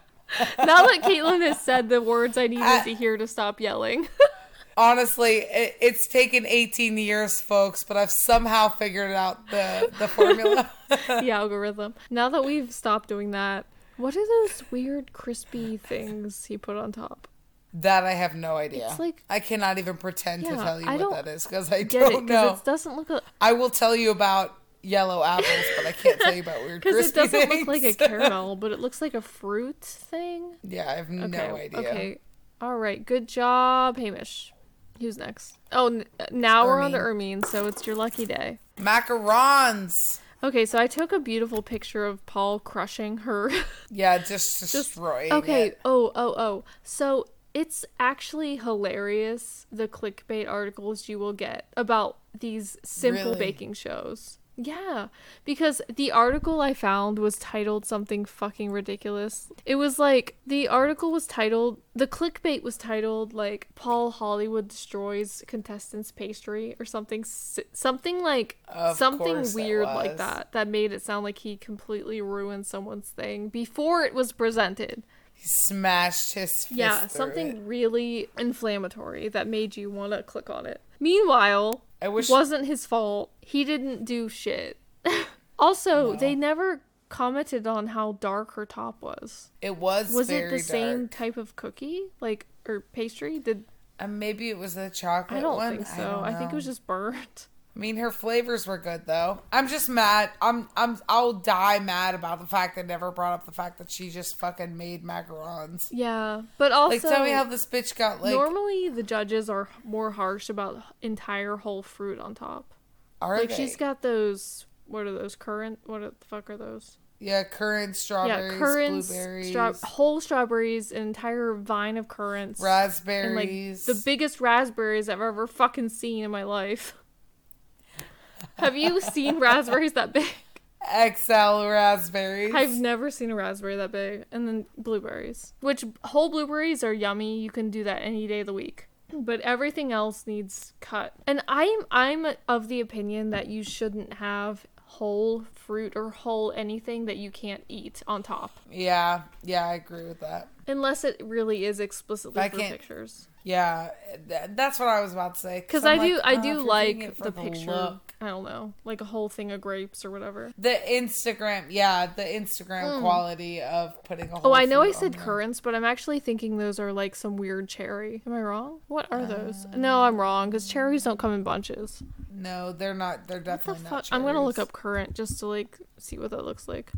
A: that Caitlin has said the words I needed to hear to stop yelling.
B: Honestly, it, it's taken 18 years, folks, but I've somehow figured out the the formula.
A: the algorithm. Now that we've stopped doing that, what are those weird crispy things he put on top?
B: that I have no idea.
A: It's like-
B: I cannot even pretend to
A: Yeah,
B: tell you
A: I
B: what
A: don't
B: that is because I
A: Get it?
B: don't know.
A: Because it doesn't look
B: I will tell you about yellow apples, but I can't tell you about weird
A: because
B: crispy
A: it doesn't look
B: things.
A: like a caramel, but it looks like a fruit thing.
B: yeah, I have no idea.
A: Okay. All right. Good job, Hamish. Who's next? Oh, n- now we're on to Ermine, so it's your lucky day.
B: Macarons.
A: Okay, so I took a beautiful picture of Paul crushing her.
B: Yeah, just destroying
A: Okay.
B: it.
A: Oh, oh, oh. So it's actually hilarious the clickbait articles you will get about these simple
B: Really?
A: baking shows. Yeah, because the article I found was titled something fucking ridiculous. It was like the article was titled, the clickbait was titled like Paul Hollywood destroys contestants pastry or something s- something like
B: Of
A: something
B: course it
A: weird like
B: was.
A: that that made it sound like he completely ruined someone's thing before it was presented.
B: He smashed his fist.
A: Yeah,
B: through
A: something
B: it.
A: really inflammatory that made you want to click on it. Meanwhile,
B: I wish-
A: it wasn't his fault. He didn't do shit. also, they never commented on how dark her top was.
B: It was
A: Was
B: very
A: it the
B: dark.
A: same type of cookie, like or pastry? Did
B: Uh, maybe it was the chocolate
A: I don't
B: one.
A: think so. I, think it was
B: know.
A: just burnt.
B: I mean, her flavors were good though. I'm just mad. I'm I'm I'll die mad about the fact they never brought up the fact that she just fucking made macarons.
A: Yeah, but also
B: Like, tell me how this bitch got like.
A: normally the judges are more harsh about entire whole fruit on top.
B: are
A: Like
B: they?
A: she's got those. What are those currant? What the fuck are those?
B: yeah, currants, strawberries,
A: yeah, currants,
B: blueberries,
A: stra- whole strawberries, an entire vine of currants, and like
B: raspberries.
A: the biggest raspberries I've ever fucking seen in my life. Have you seen raspberries that big?
B: XL raspberries.
A: I've never seen a raspberry that big. And then blueberries, which whole blueberries are yummy. You can do that any day of the week. But everything else needs cut. And I'm I'm of the opinion that you shouldn't have whole fruit or whole anything that you can't eat on top
B: yeah, yeah, I agree with that.
A: unless it really is explicitly
B: I
A: for
B: can't-
A: pictures.
B: Yeah, th- that's what I was about to say.
A: Because I
B: I'm
A: do I
B: oh, if
A: do
B: you're doing
A: like
B: it for
A: the, picture.
B: look.
A: I don't know, like a whole thing of grapes or whatever.
B: The Instagram, yeah, the Instagram quality of putting a whole.
A: Hmm. Oh, I know I
B: fruit
A: said
B: on
A: currants, but I'm actually thinking those are like some weird cherry. Am I wrong? What are those?
B: Uh,
A: No, I'm wrong because cherries don't come in bunches.
B: there. No, they're not. They're
A: What the
B: definitely
A: fuck?
B: not.
A: I'm gonna look
B: cherries.
A: up currant just to like see what that looks like.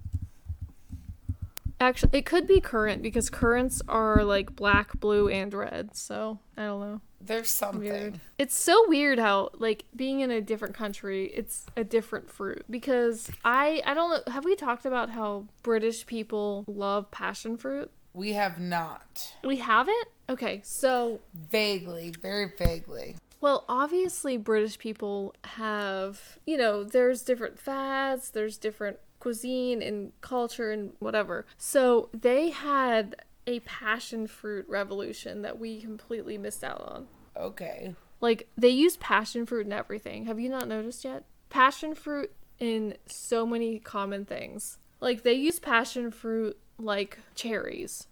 A: Actually, it could be currant because currants are like black, blue, and red. So I don't know.
B: There's something.
A: Weird. It's so weird how like being in a different country, it's a different fruit because I I don't know. Have we talked about how British people love passion fruit?
B: We have not
A: We haven't? Okay, so,
B: vaguely, very vaguely.
A: well, obviously, British people have, you know, there's different fads, there's different cuisine and culture and whatever. So, they had a passion fruit revolution that we completely missed out on.
B: Okay.
A: Like, they use passion fruit in everything. Have you not noticed yet? Passion fruit in so many common things. Like, they use passion fruit like cherries.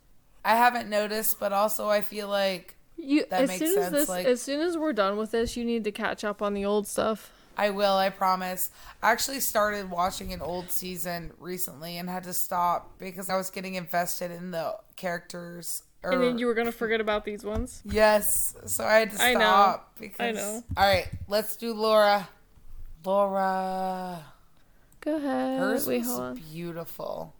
B: I haven't noticed, but also I feel like
A: You
B: That
A: as
B: makes
A: soon as
B: sense,
A: this,
B: like-
A: as soon as we're done with this, you need to catch up on the old stuff.
B: I will, I promise. I actually started watching an old season recently and had to stop because I was getting invested in the characters. Or,
A: And then you were gonna forget about these ones.
B: yes, so I had to
A: I know.
B: stop because.
A: know.
B: All right, let's do Laura. Laura.
A: Go ahead.
B: Hers
A: Oh, Wait, hold
B: was
A: on.
B: beautiful.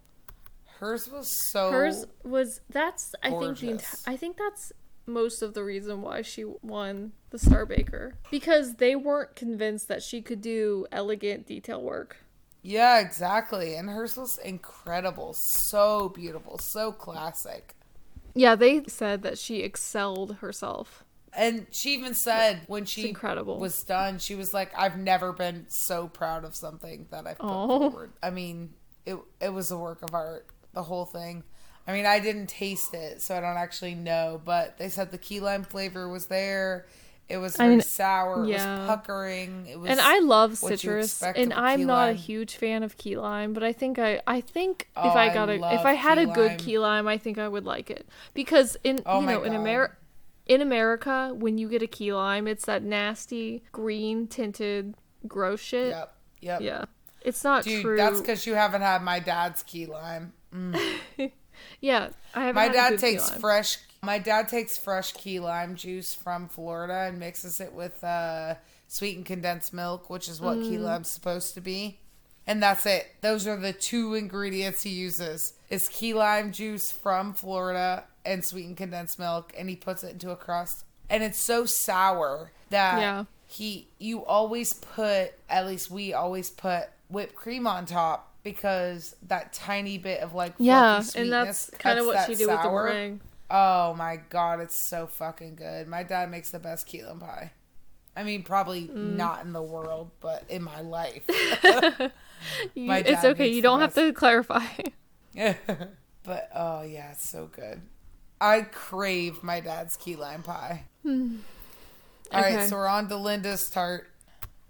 B: Hers was so.
A: Hers was that's I think the enti-
B: gorgeous.
A: I think that's most of the reason why she won the Star Baker because they weren't convinced that she could do elegant detail work.
B: Yeah, exactly. And hers was incredible. So beautiful. So classic.
A: Yeah, they said that she excelled herself.
B: And she even said when she
A: incredible.
B: was done, she was like, "I've never been so proud of something that I've put
A: Aw.
B: forward." I mean, it it was a work of art, the whole thing. I mean, I didn't taste it, so I don't actually know. But they said the key lime flavor was there. It was
A: I
B: very
A: mean,
B: sour. It
A: yeah.
B: was puckering. It was,
A: and I love
B: what you
A: citrus,
B: expect
A: and
B: of a key
A: I'm not a
B: lime.
A: huge fan of key lime, but I think I, I think
B: Oh,
A: if I
B: I
A: got a, if
B: love
A: I had
B: key
A: a good
B: lime.
A: key lime, I think I would like it because in
B: Oh
A: you
B: my
A: know in
B: God.
A: America, in America, when you get a key lime, it's that nasty green tinted gross shit.
B: Yep, yep.
A: Yeah, it's not
B: Dude,
A: true.
B: that's because you haven't had my dad's key lime.
A: yeah, I haven't.
B: My
A: had a
B: dad
A: good key
B: takes
A: lime.
B: fresh. My dad takes fresh key lime juice from Florida and mixes it with uh, sweetened condensed milk, which is what
A: Mm.
B: key lime's supposed to be. And that's it. Those are the two ingredients he uses: is key lime juice from Florida and sweetened condensed milk, and he puts it into a crust. And it's so sour that
A: Yeah.
B: he you always put at least we always put whipped cream on top because that tiny bit of like fluffy
A: yeah,
B: sweetness
A: and that's kind of
B: cuts
A: what
B: that
A: she did with the
B: sour.
A: meringue.
B: Oh my god, it's so fucking good. My dad makes the best key lime pie. I mean, probably
A: Mm.
B: not in the world, but in my life.
A: You-
B: My
A: it's
B: dad
A: okay.
B: makes
A: You
B: the
A: don't have
B: best.
A: to clarify.
B: but oh yeah, it's so good. I crave my dad's key lime pie. All right,
A: Okay.
B: so we're on to Linda's tart.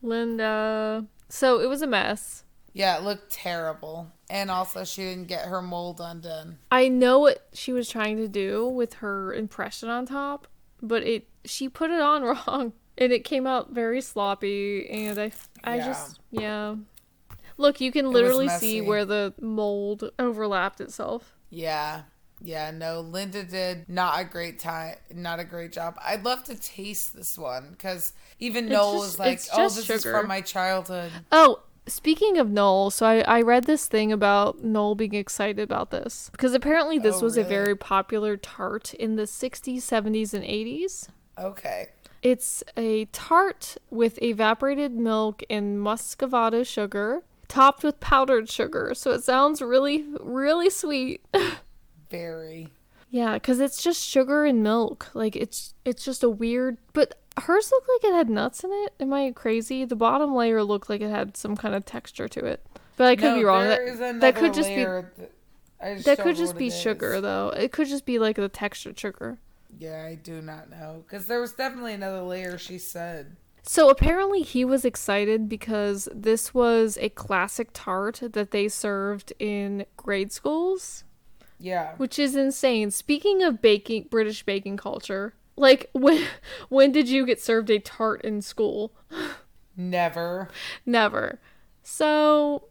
A: Linda. So it was a mess.
B: Yeah, it looked terrible. And also, she didn't get her mold undone.
A: I know what she was trying to do with her impression on top, but it she put it on wrong and it came out very sloppy and I I
B: Yeah.
A: just yeah. Look, you can literally see
B: messy.
A: where the mold overlapped itself.
B: Yeah, Yeah, no, Linda did not a great time, not a great job. I'd love to taste this one because even Noel
A: just-
B: was like,
A: it's
B: "Oh,
A: just
B: this is
A: sugar."
B: from my childhood."
A: Oh, speaking of Noel, so I, I read this thing about Noel being excited about this because apparently this
B: Oh,
A: was a
B: really?
A: very popular tart in the 60s, 70s, and 80s.
B: Okay,
A: It's a tart with evaporated milk and muscovado sugar topped with powdered sugar. So it sounds really, really sweet.
B: very.
A: yeah, because it's just sugar and milk. Like it's it's just a weird but hers looked like it had nuts in it. Am I crazy? The bottom layer looked like it had some kind of texture to it. But I could
B: No,
A: be wrong.
B: there is
A: That, that
B: another
A: could just be
B: layer th- I just
A: that
B: don't
A: could
B: know
A: just
B: what
A: be
B: it is.
A: sugar though. It could just be like the textured sugar.
B: Yeah, I do not know because there was definitely another layer. She said,
A: So apparently he was excited because this was a classic tart that they served in grade schools,
B: "Yeah,
A: which is insane. Speaking of baking, British baking culture, like when when did you get served a tart in school?
B: never."
A: Never. So,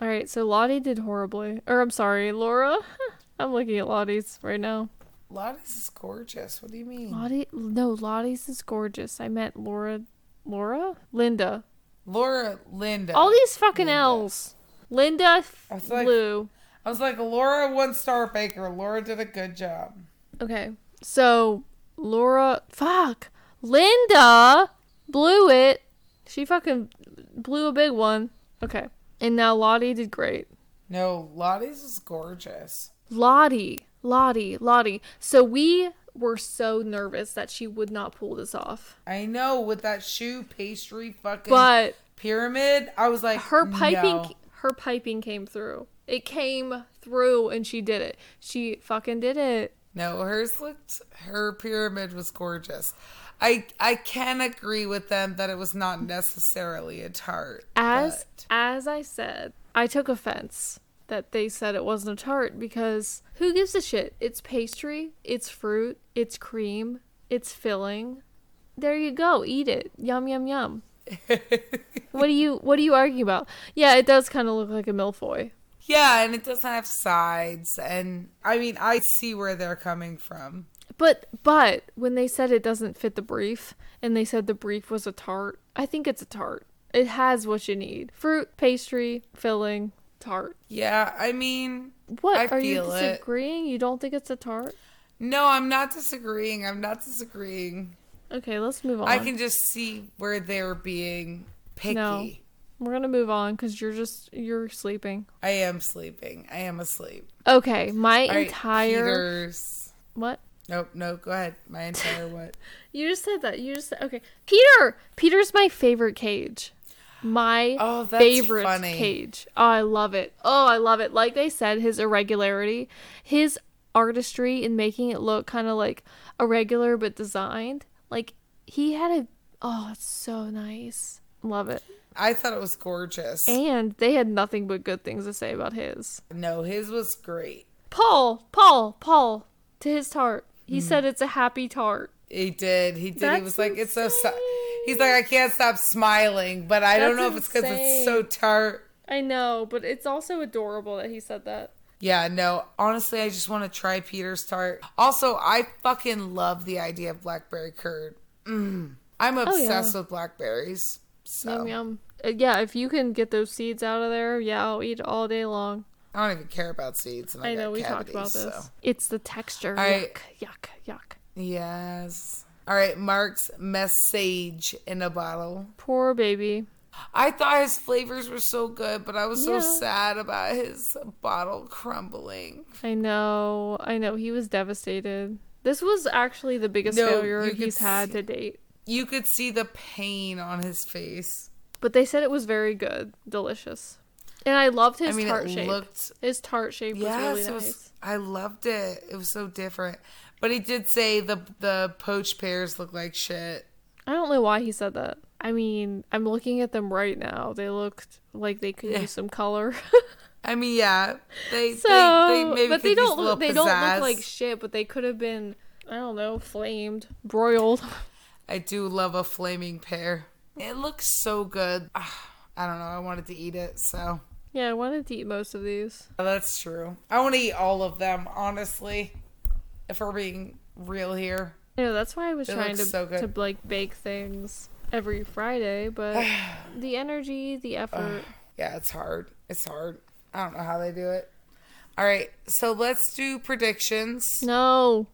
A: all right, so Lottie did horribly. Or I'm sorry, Laura. I'm looking at Lottie's right now.
B: Lotus is gorgeous. What do you mean,
A: Lottie no, Lottie's is gorgeous. I meant Laura Laura? Linda.
B: Laura Linda?
A: All these fucking
B: Linda.
A: L's. Linda
B: I feel like-
A: Lou.
B: I was like, Laura, one star baker. Laura did a good job.
A: Okay. So Laura fuck. Linda blew it. She fucking blew a big one. Okay. And now Lottie did great.
B: No, Lottie's is gorgeous.
A: Lottie. Lottie. Lottie. So we were so nervous that she would not pull this off.
B: I know with that shoe pastry fucking
A: But
B: pyramid. I was like,
A: her piping
B: no.
A: her piping came through. It came through and she did it. She fucking did it.
B: No, hers looked. Her pyramid was gorgeous. I I can agree with them that it was not necessarily a tart.
A: As
B: but-
A: as I said, I took offense that they said it wasn't a tart because who gives a shit? It's pastry, it's fruit, it's cream, it's filling. There you go, eat it. Yum yum yum. what do you what do you argue about? Yeah, it does kind of look like a milfoy.
B: yeah, and it doesn't have sides. And I mean, I see where they're coming from.
A: But but when they said it doesn't fit the brief and they said the brief was a tart, I think it's a tart. It has what you need. Fruit, pastry, filling, tart.
B: Yeah, I mean,
A: What
B: I
A: are you
B: feel it.
A: disagreeing? You don't think it's a tart?
B: no, I'm not disagreeing. I'm not disagreeing.
A: Okay, let's move on.
B: I can just see where they're being picky.
A: No. We're going to move on cuz you're just you're sleeping.
B: I am sleeping. I am asleep.
A: Okay, my
B: All right,
A: entire
B: Peter's.
A: what?
B: Nope, no, go ahead. My entire what?
A: You just said that. You just said, okay. Peter. Peter's my favorite cage. My
B: Oh, that's
A: favorite
B: funny.
A: cage. Oh, I love it. Oh, I love it. Like they said, his irregularity, his artistry in making it look kind of like irregular but designed. Like he had a. Oh, it's so nice. Love it.
B: I thought it was gorgeous.
A: And they had nothing but good things to say about his.
B: No, his was great.
A: Paul, Paul, Paul, to his tart. He said it's a happy tart.
B: He did. He did. he
A: That's
B: was like, it's so. si- He's like, I can't stop smiling, but I don't
A: That's
B: know if it's because it's so tart.
A: I know, but it's also adorable that he said that.
B: Yeah, no. Honestly, I just want to try Peter's tart. Also, I fucking love the idea of blackberry curd. Mm. I'm obsessed with blackberries. So
A: Yum yum. Uh, Oh, Yeah, if you can get those seeds out of there, yeah, I'll eat all day long.
B: I don't even care about seeds. And I,
A: I
B: got
A: know we
B: cavities,
A: talked about this.
B: So.
A: It's the texture.
B: I-
A: yuck, yuck, yuck.
B: Yes. All right, Mark's message in a bottle.
A: Poor baby.
B: I thought his flavors were so good, but I was so
A: Yeah.
B: sad about his bottle crumbling.
A: I know. I know he was devastated. This was actually the biggest
B: No,
A: failure
B: you could
A: he's had
B: see-
A: to date.
B: You could see the pain on his face.
A: But they said it was very good, delicious, and I loved his
B: I mean,
A: tart
B: it
A: shape.
B: looked.
A: His tart shape
B: Yes,
A: was
B: it
A: really
B: was,
A: nice.
B: I loved it. It was so different. But he did say the the poached pears look like shit.
A: I don't know why he said that. I mean, I'm looking at them right now. They looked like they could use some color.
B: I mean, yeah, they
A: so,
B: they, they maybe
A: but
B: could
A: they
B: use
A: don't
B: a little
A: look. They don't
B: pizzazz.
A: look like shit. But they could have been. I don't know, flamed, broiled.
B: I do love a flaming pear. It looks so good. Ah, I don't know. I wanted to eat it, so
A: yeah, I wanted to eat most of these.
B: that's true. I want to eat all of them, honestly. If we're being real here.
A: Yeah, that's why I was
B: It
A: trying
B: looks
A: to
B: so good.
A: to like bake things every Friday, but the energy, the effort.
B: Yeah, it's hard. It's hard. I don't know how they do it. All right, so let's do predictions.
A: no.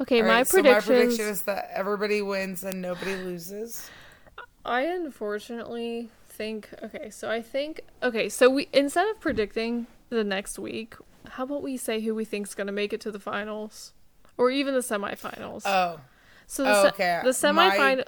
A: Okay,
B: All
A: my
B: right, so
A: predictions.
B: my prediction is that everybody wins and nobody loses.
A: I unfortunately think okay, so I think okay, so we instead of predicting the next week, how about we say who we think's going to make it to the finals or even the semifinals.
B: Oh,
A: so the, se-
B: okay,
A: the
B: my-
A: semifinal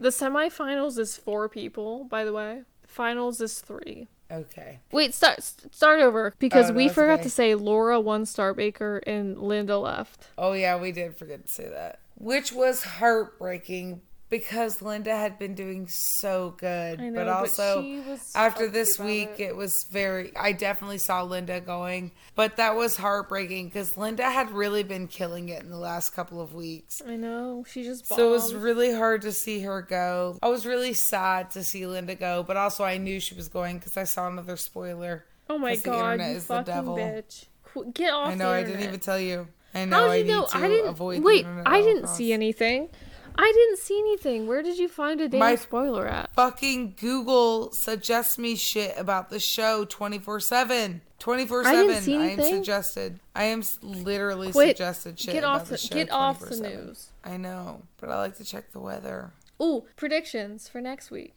A: the semifinals is 4 people, by the way. Finals is 3.
B: okay.
A: Wait, start start over because
B: Oh, no,
A: we
B: it's
A: forgot
B: okay.
A: to say Laura one star baker and Linda left.
B: Oh yeah, we did forget to say that, which was heartbreaking because Linda had been doing so good,
A: I know,
B: but
A: but
B: also
A: she was
B: after
A: fucked
B: this
A: about
B: week, it. was very. I definitely saw Linda going, but that was heartbreaking because Linda had really been killing it in the last couple of weeks.
A: I know she just bombed.
B: So it was really hard to see her go. I was really sad to see Linda go, but also I knew she was going because I saw another spoiler.
A: oh my
B: 'cause the
A: god,
B: internet
A: you
B: is the
A: fucking
B: devil.
A: bitch! Qu- Get off.
B: I
A: the
B: know I didn't
A: internet.
B: even tell you. I know
A: How
B: I
A: did you know?
B: need to
A: I didn't.
B: avoid.
A: Wait,
B: the internet at
A: I
B: all
A: didn't
B: costs.
A: see anything. I didn't see anything. Where did you find a damn
B: My-
A: spoiler at?
B: Fucking Google suggests me shit about the show 24 7. 24
A: I didn't
B: 7.
A: see
B: I am
A: anything.
B: suggested. I am s- literally
A: Quit.
B: suggested shit
A: Get
B: about
A: off
B: the,
A: the,
B: show.
A: get off the
B: 24/7.
A: news.
B: I know, but I like to check the weather.
A: Ooh, predictions for next week.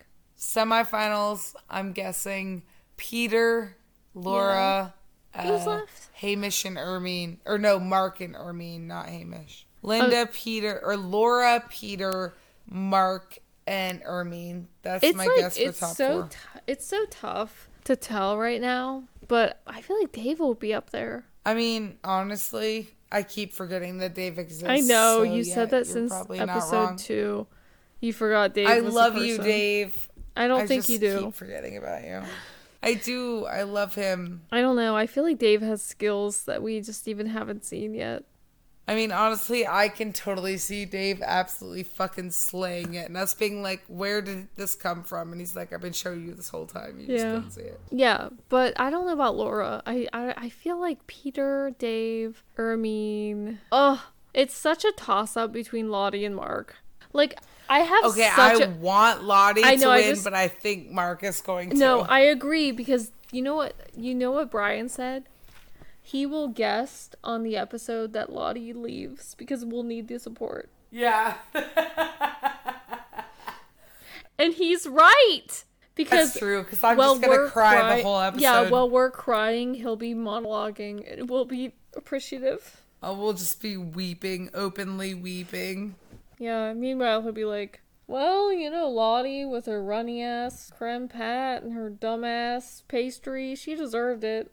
B: Semifinals, I'm guessing Peter, Laura,
A: Who's
B: uh,
A: left?
B: Hamish and Ermine. Or no, Mark and Ermine, not Hamish.
A: Oh.
B: Linda, Peter, or Laura, Peter, Mark, and Ermine. That's
A: It's
B: my
A: like
B: guess for
A: it's
B: top
A: so
B: four.
A: tou- it's so tough to tell right now. But I feel like Dave will be up there.
B: I mean, honestly, I keep forgetting that Dave exists.
A: I know
B: so
A: you said
B: yeah,
A: that
B: you're
A: since
B: probably not wrong.
A: episode two. You forgot Dave.
B: I
A: was a
B: love you,
A: person.
B: Dave.
A: I don't
B: I
A: think
B: just
A: you do.
B: Keep forgetting about you. I do. I love him.
A: I don't know. I feel like Dave has skills that we just even haven't seen yet.
B: I mean, honestly, I can totally see Dave absolutely fucking slaying it, and us being like, "Where did this come from?" And he's like, "I've been showing you this whole time. You just
A: Yeah.
B: couldn't see it."
A: Yeah, but I don't know about Laura. I I, I feel like Peter, Dave, Ermine. Ugh, it's such a toss up between Lottie and Mark. Like I have
B: Okay,
A: such
B: I
A: a
B: want Lottie
A: I
B: to
A: know, I
B: win,
A: just-
B: but I think Mark is going to.
A: no. I agree because you know what you know what Brian said. He will guest on the episode that Lottie leaves because we'll need the support.
B: yeah,
A: And he's right. Because
B: that's true. Because I'm
A: while
B: just gonna
A: we're
B: cry
A: cry-
B: the whole episode.
A: Yeah, while we're crying, he'll be monologuing and we'll be appreciative.
B: I will just be weeping, openly weeping.
A: Yeah, meanwhile, he'll be like, well, you know, Lottie with her runny ass creme pat and her dumb ass pastry, she deserved it.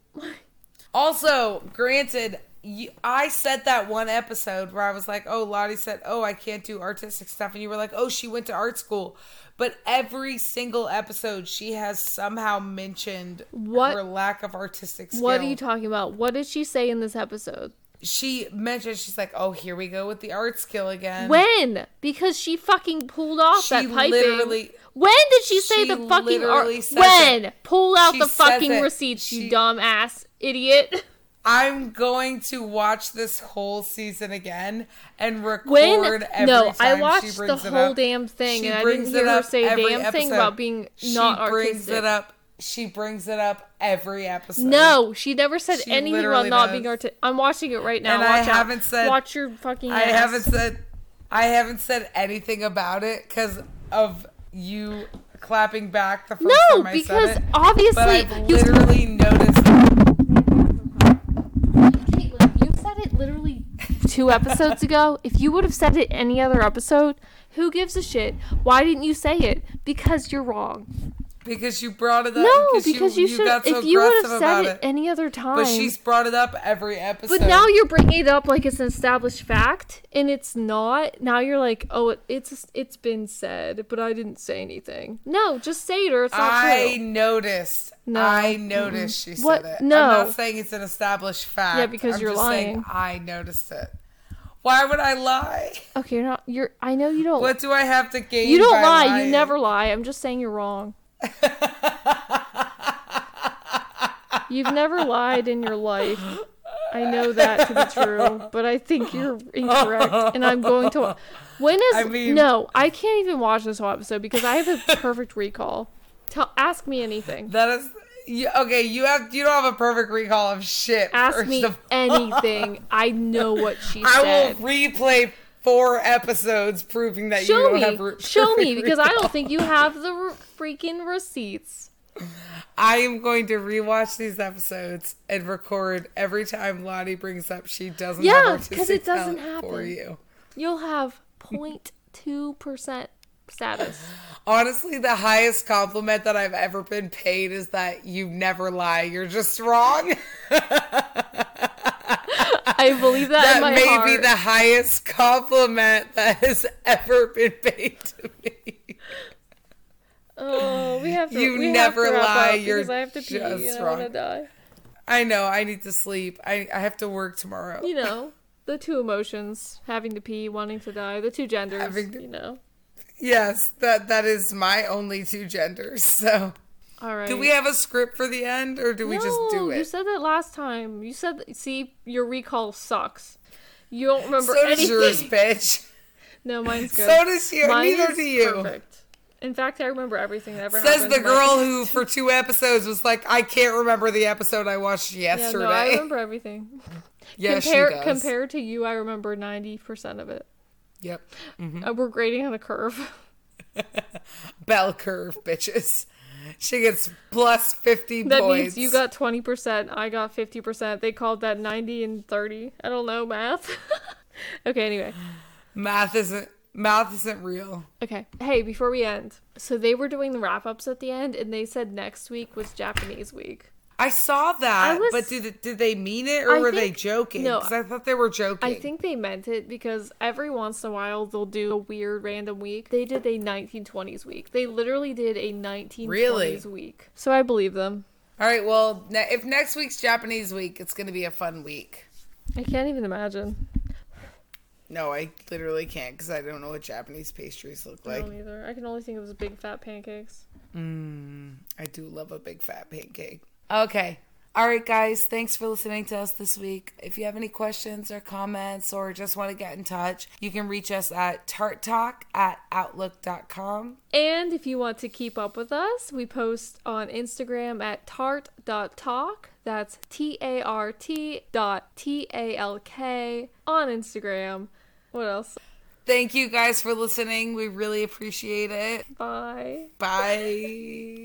B: Also, granted, you, I said that one episode where I was like, oh, Lottie said, oh, I can't do artistic stuff. And you were like, oh, she went to art school. But every single episode, she has somehow mentioned
A: What-
B: her lack of artistic skill.
A: What are you talking about? What did she say in this episode?
B: she mentioned, she's like, oh, here we go with the art skill again.
A: When? Because she fucking pulled off
B: She
A: that piping.
B: literally-
A: when did she say
B: She
A: the fucking art?
B: literally says
A: When? Pull out
B: She
A: the
B: says
A: fucking
B: it.
A: receipts, you
B: She-
A: dumb ass idiot.
B: I'm going to watch this whole season again and record
A: When
B: every
A: no,
B: time
A: I
B: she
A: watched the
B: brings it
A: whole
B: up.
A: damn thing,
B: She
A: and I
B: brings
A: didn't
B: it
A: hear her
B: up
A: say a
B: every
A: damn thing
B: episode.
A: about being
B: she
A: not
B: brings
A: artistic.
B: it up. She brings it up every episode.
A: No, she never said
B: She
A: anything about
B: literally
A: not
B: does.
A: being artistic. I'm watching it right now.
B: And I
A: Watch out.
B: haven't said-
A: Watch your fucking.
B: I
A: ass.
B: haven't said I haven't said anything about it because of you clapping back the first
A: No,
B: time I
A: because
B: said it. But
A: obviously
B: I've
A: you.
B: literally noticed.
A: Caitlin, you said it literally two episodes ago. If you would have said it any other episode, who gives a shit? Why didn't you say it? Because you're wrong.
B: Because you brought it up.
A: No,
B: because,
A: because
B: you,
A: you,
B: you
A: should.
B: got so
A: if you would
B: aggressive
A: have
B: about
A: said it
B: it.
A: any other time,
B: but she's brought it up every episode.
A: But now you're bringing it up like it's an established fact, and it's not. Now you're like, oh, it, it's it's been said, but I didn't say anything. No, just say it or it's not
B: I
A: true.
B: noticed.
A: No.
B: I noticed she said
A: What?
B: it.
A: No.
B: I'm not saying it's an established fact.
A: because
B: I'm
A: you're
B: just
A: lying.
B: Saying I noticed it. Why would I lie?
A: Okay, you're not. You're. I know you don't.
B: What do I have to gain?
A: you don't
B: by
A: lie. You
B: lying?
A: never lie. I'm just saying you're wrong. You've never lied in your life. I know that to be true, but I think you're incorrect, and I'm going to. When is
B: I mean-
A: no? I can't even watch this whole episode because I have a perfect recall. Tell, ask me anything.
B: That is you, okay. You have you don't have a perfect recall of shit.
A: Ask
B: first
A: me
B: of-
A: anything. I know what she
B: I
A: said.
B: will replay four episodes proving that you
A: show
B: don't have.
A: me,
B: re-
A: show me,
B: perfect
A: because I
B: recall.
A: don't think you have the re- freaking receipts.
B: I am going to rewatch these episodes and record every time Lottie brings up she doesn't.
A: Yeah,
B: have
A: 'cause it
B: artistic
A: doesn't
B: talent for
A: happen.
B: you.
A: You'll have 02 percent status.
B: Honestly, the highest compliment that I've ever been paid is that you never lie. You're just wrong.
A: I believe that, in
B: that
A: my
B: may
A: heart.
B: be the highest compliment that has ever been paid to me.
A: Oh, we have to.
B: You
A: we
B: never
A: have to wrap
B: lie,
A: up
B: you're
A: because I have to pee and
B: just
A: I want to
B: wrong.
A: die.
B: I know. I need to sleep. I, I have to work tomorrow.
A: You know, the two emotions: having to pee, wanting to die. The two genders.
B: Having to-
A: You know.
B: Yes, that that is my only two genders. So,
A: All right.
B: do we have a script for the end, or do we just do
A: No, You
B: it?
A: said that last time. You said, that, see, your recall sucks. You don't remember
B: So does
A: anything.
B: yours, bitch.
A: No, mine's good.
B: So does yours.
A: Mine
B: Neither
A: is
B: do you.
A: Perfect. In fact, I remember everything that ever
B: Says
A: happened.
B: the
A: Mine-
B: girl who, for two episodes, was like, "I can't remember the episode I watched
A: Yeah,
B: yesterday."
A: no, I remember everything.
B: yeah,
A: Compare,
B: she does.
A: Compared to you, I remember 90% of it.
B: Yep, Mm-hmm.
A: Uh, we're grading on a curve.
B: bell curve, bitches. She gets plus fifty
A: That
B: points.
A: means you got 20%, I got 50%. They called that 90 and 30. I don't know math. okay, anyway.
B: math isn't math isn't real.
A: Okay. Hey, before we end. So they were doing the wrap-ups at the end and they said next week was Japanese week.
B: I saw that,
A: I was-
B: but did it- did they mean it or
A: I
B: were they
A: think-
B: joking?
A: no,
B: Because I thought they were joking.
A: I think they meant it because every once in a while they'll do a weird random week. They did a 1920s week. They literally did a 1920s
B: Really?
A: week. So I believe them.
B: All right. Well, ne- if next week's Japanese week, it's going to be a fun week.
A: I can't even imagine.
B: No, I literally can't because I don't know what Japanese pastries look
A: I
B: like.
A: don't either. I can only think of those big fat pancakes.
B: I do love a big fat pancake. Okay. All right, guys. Thanks for listening to us this week. If you have any questions or comments or just want to get in touch, you can reach us at tarttalk at outlook.com.
A: And if you want to keep up with us, we post on Instagram at tart.talk. That's T A R T dot T A L K on Instagram. What else?
B: Thank you guys for listening. We really appreciate it.
A: Bye.
B: Bye.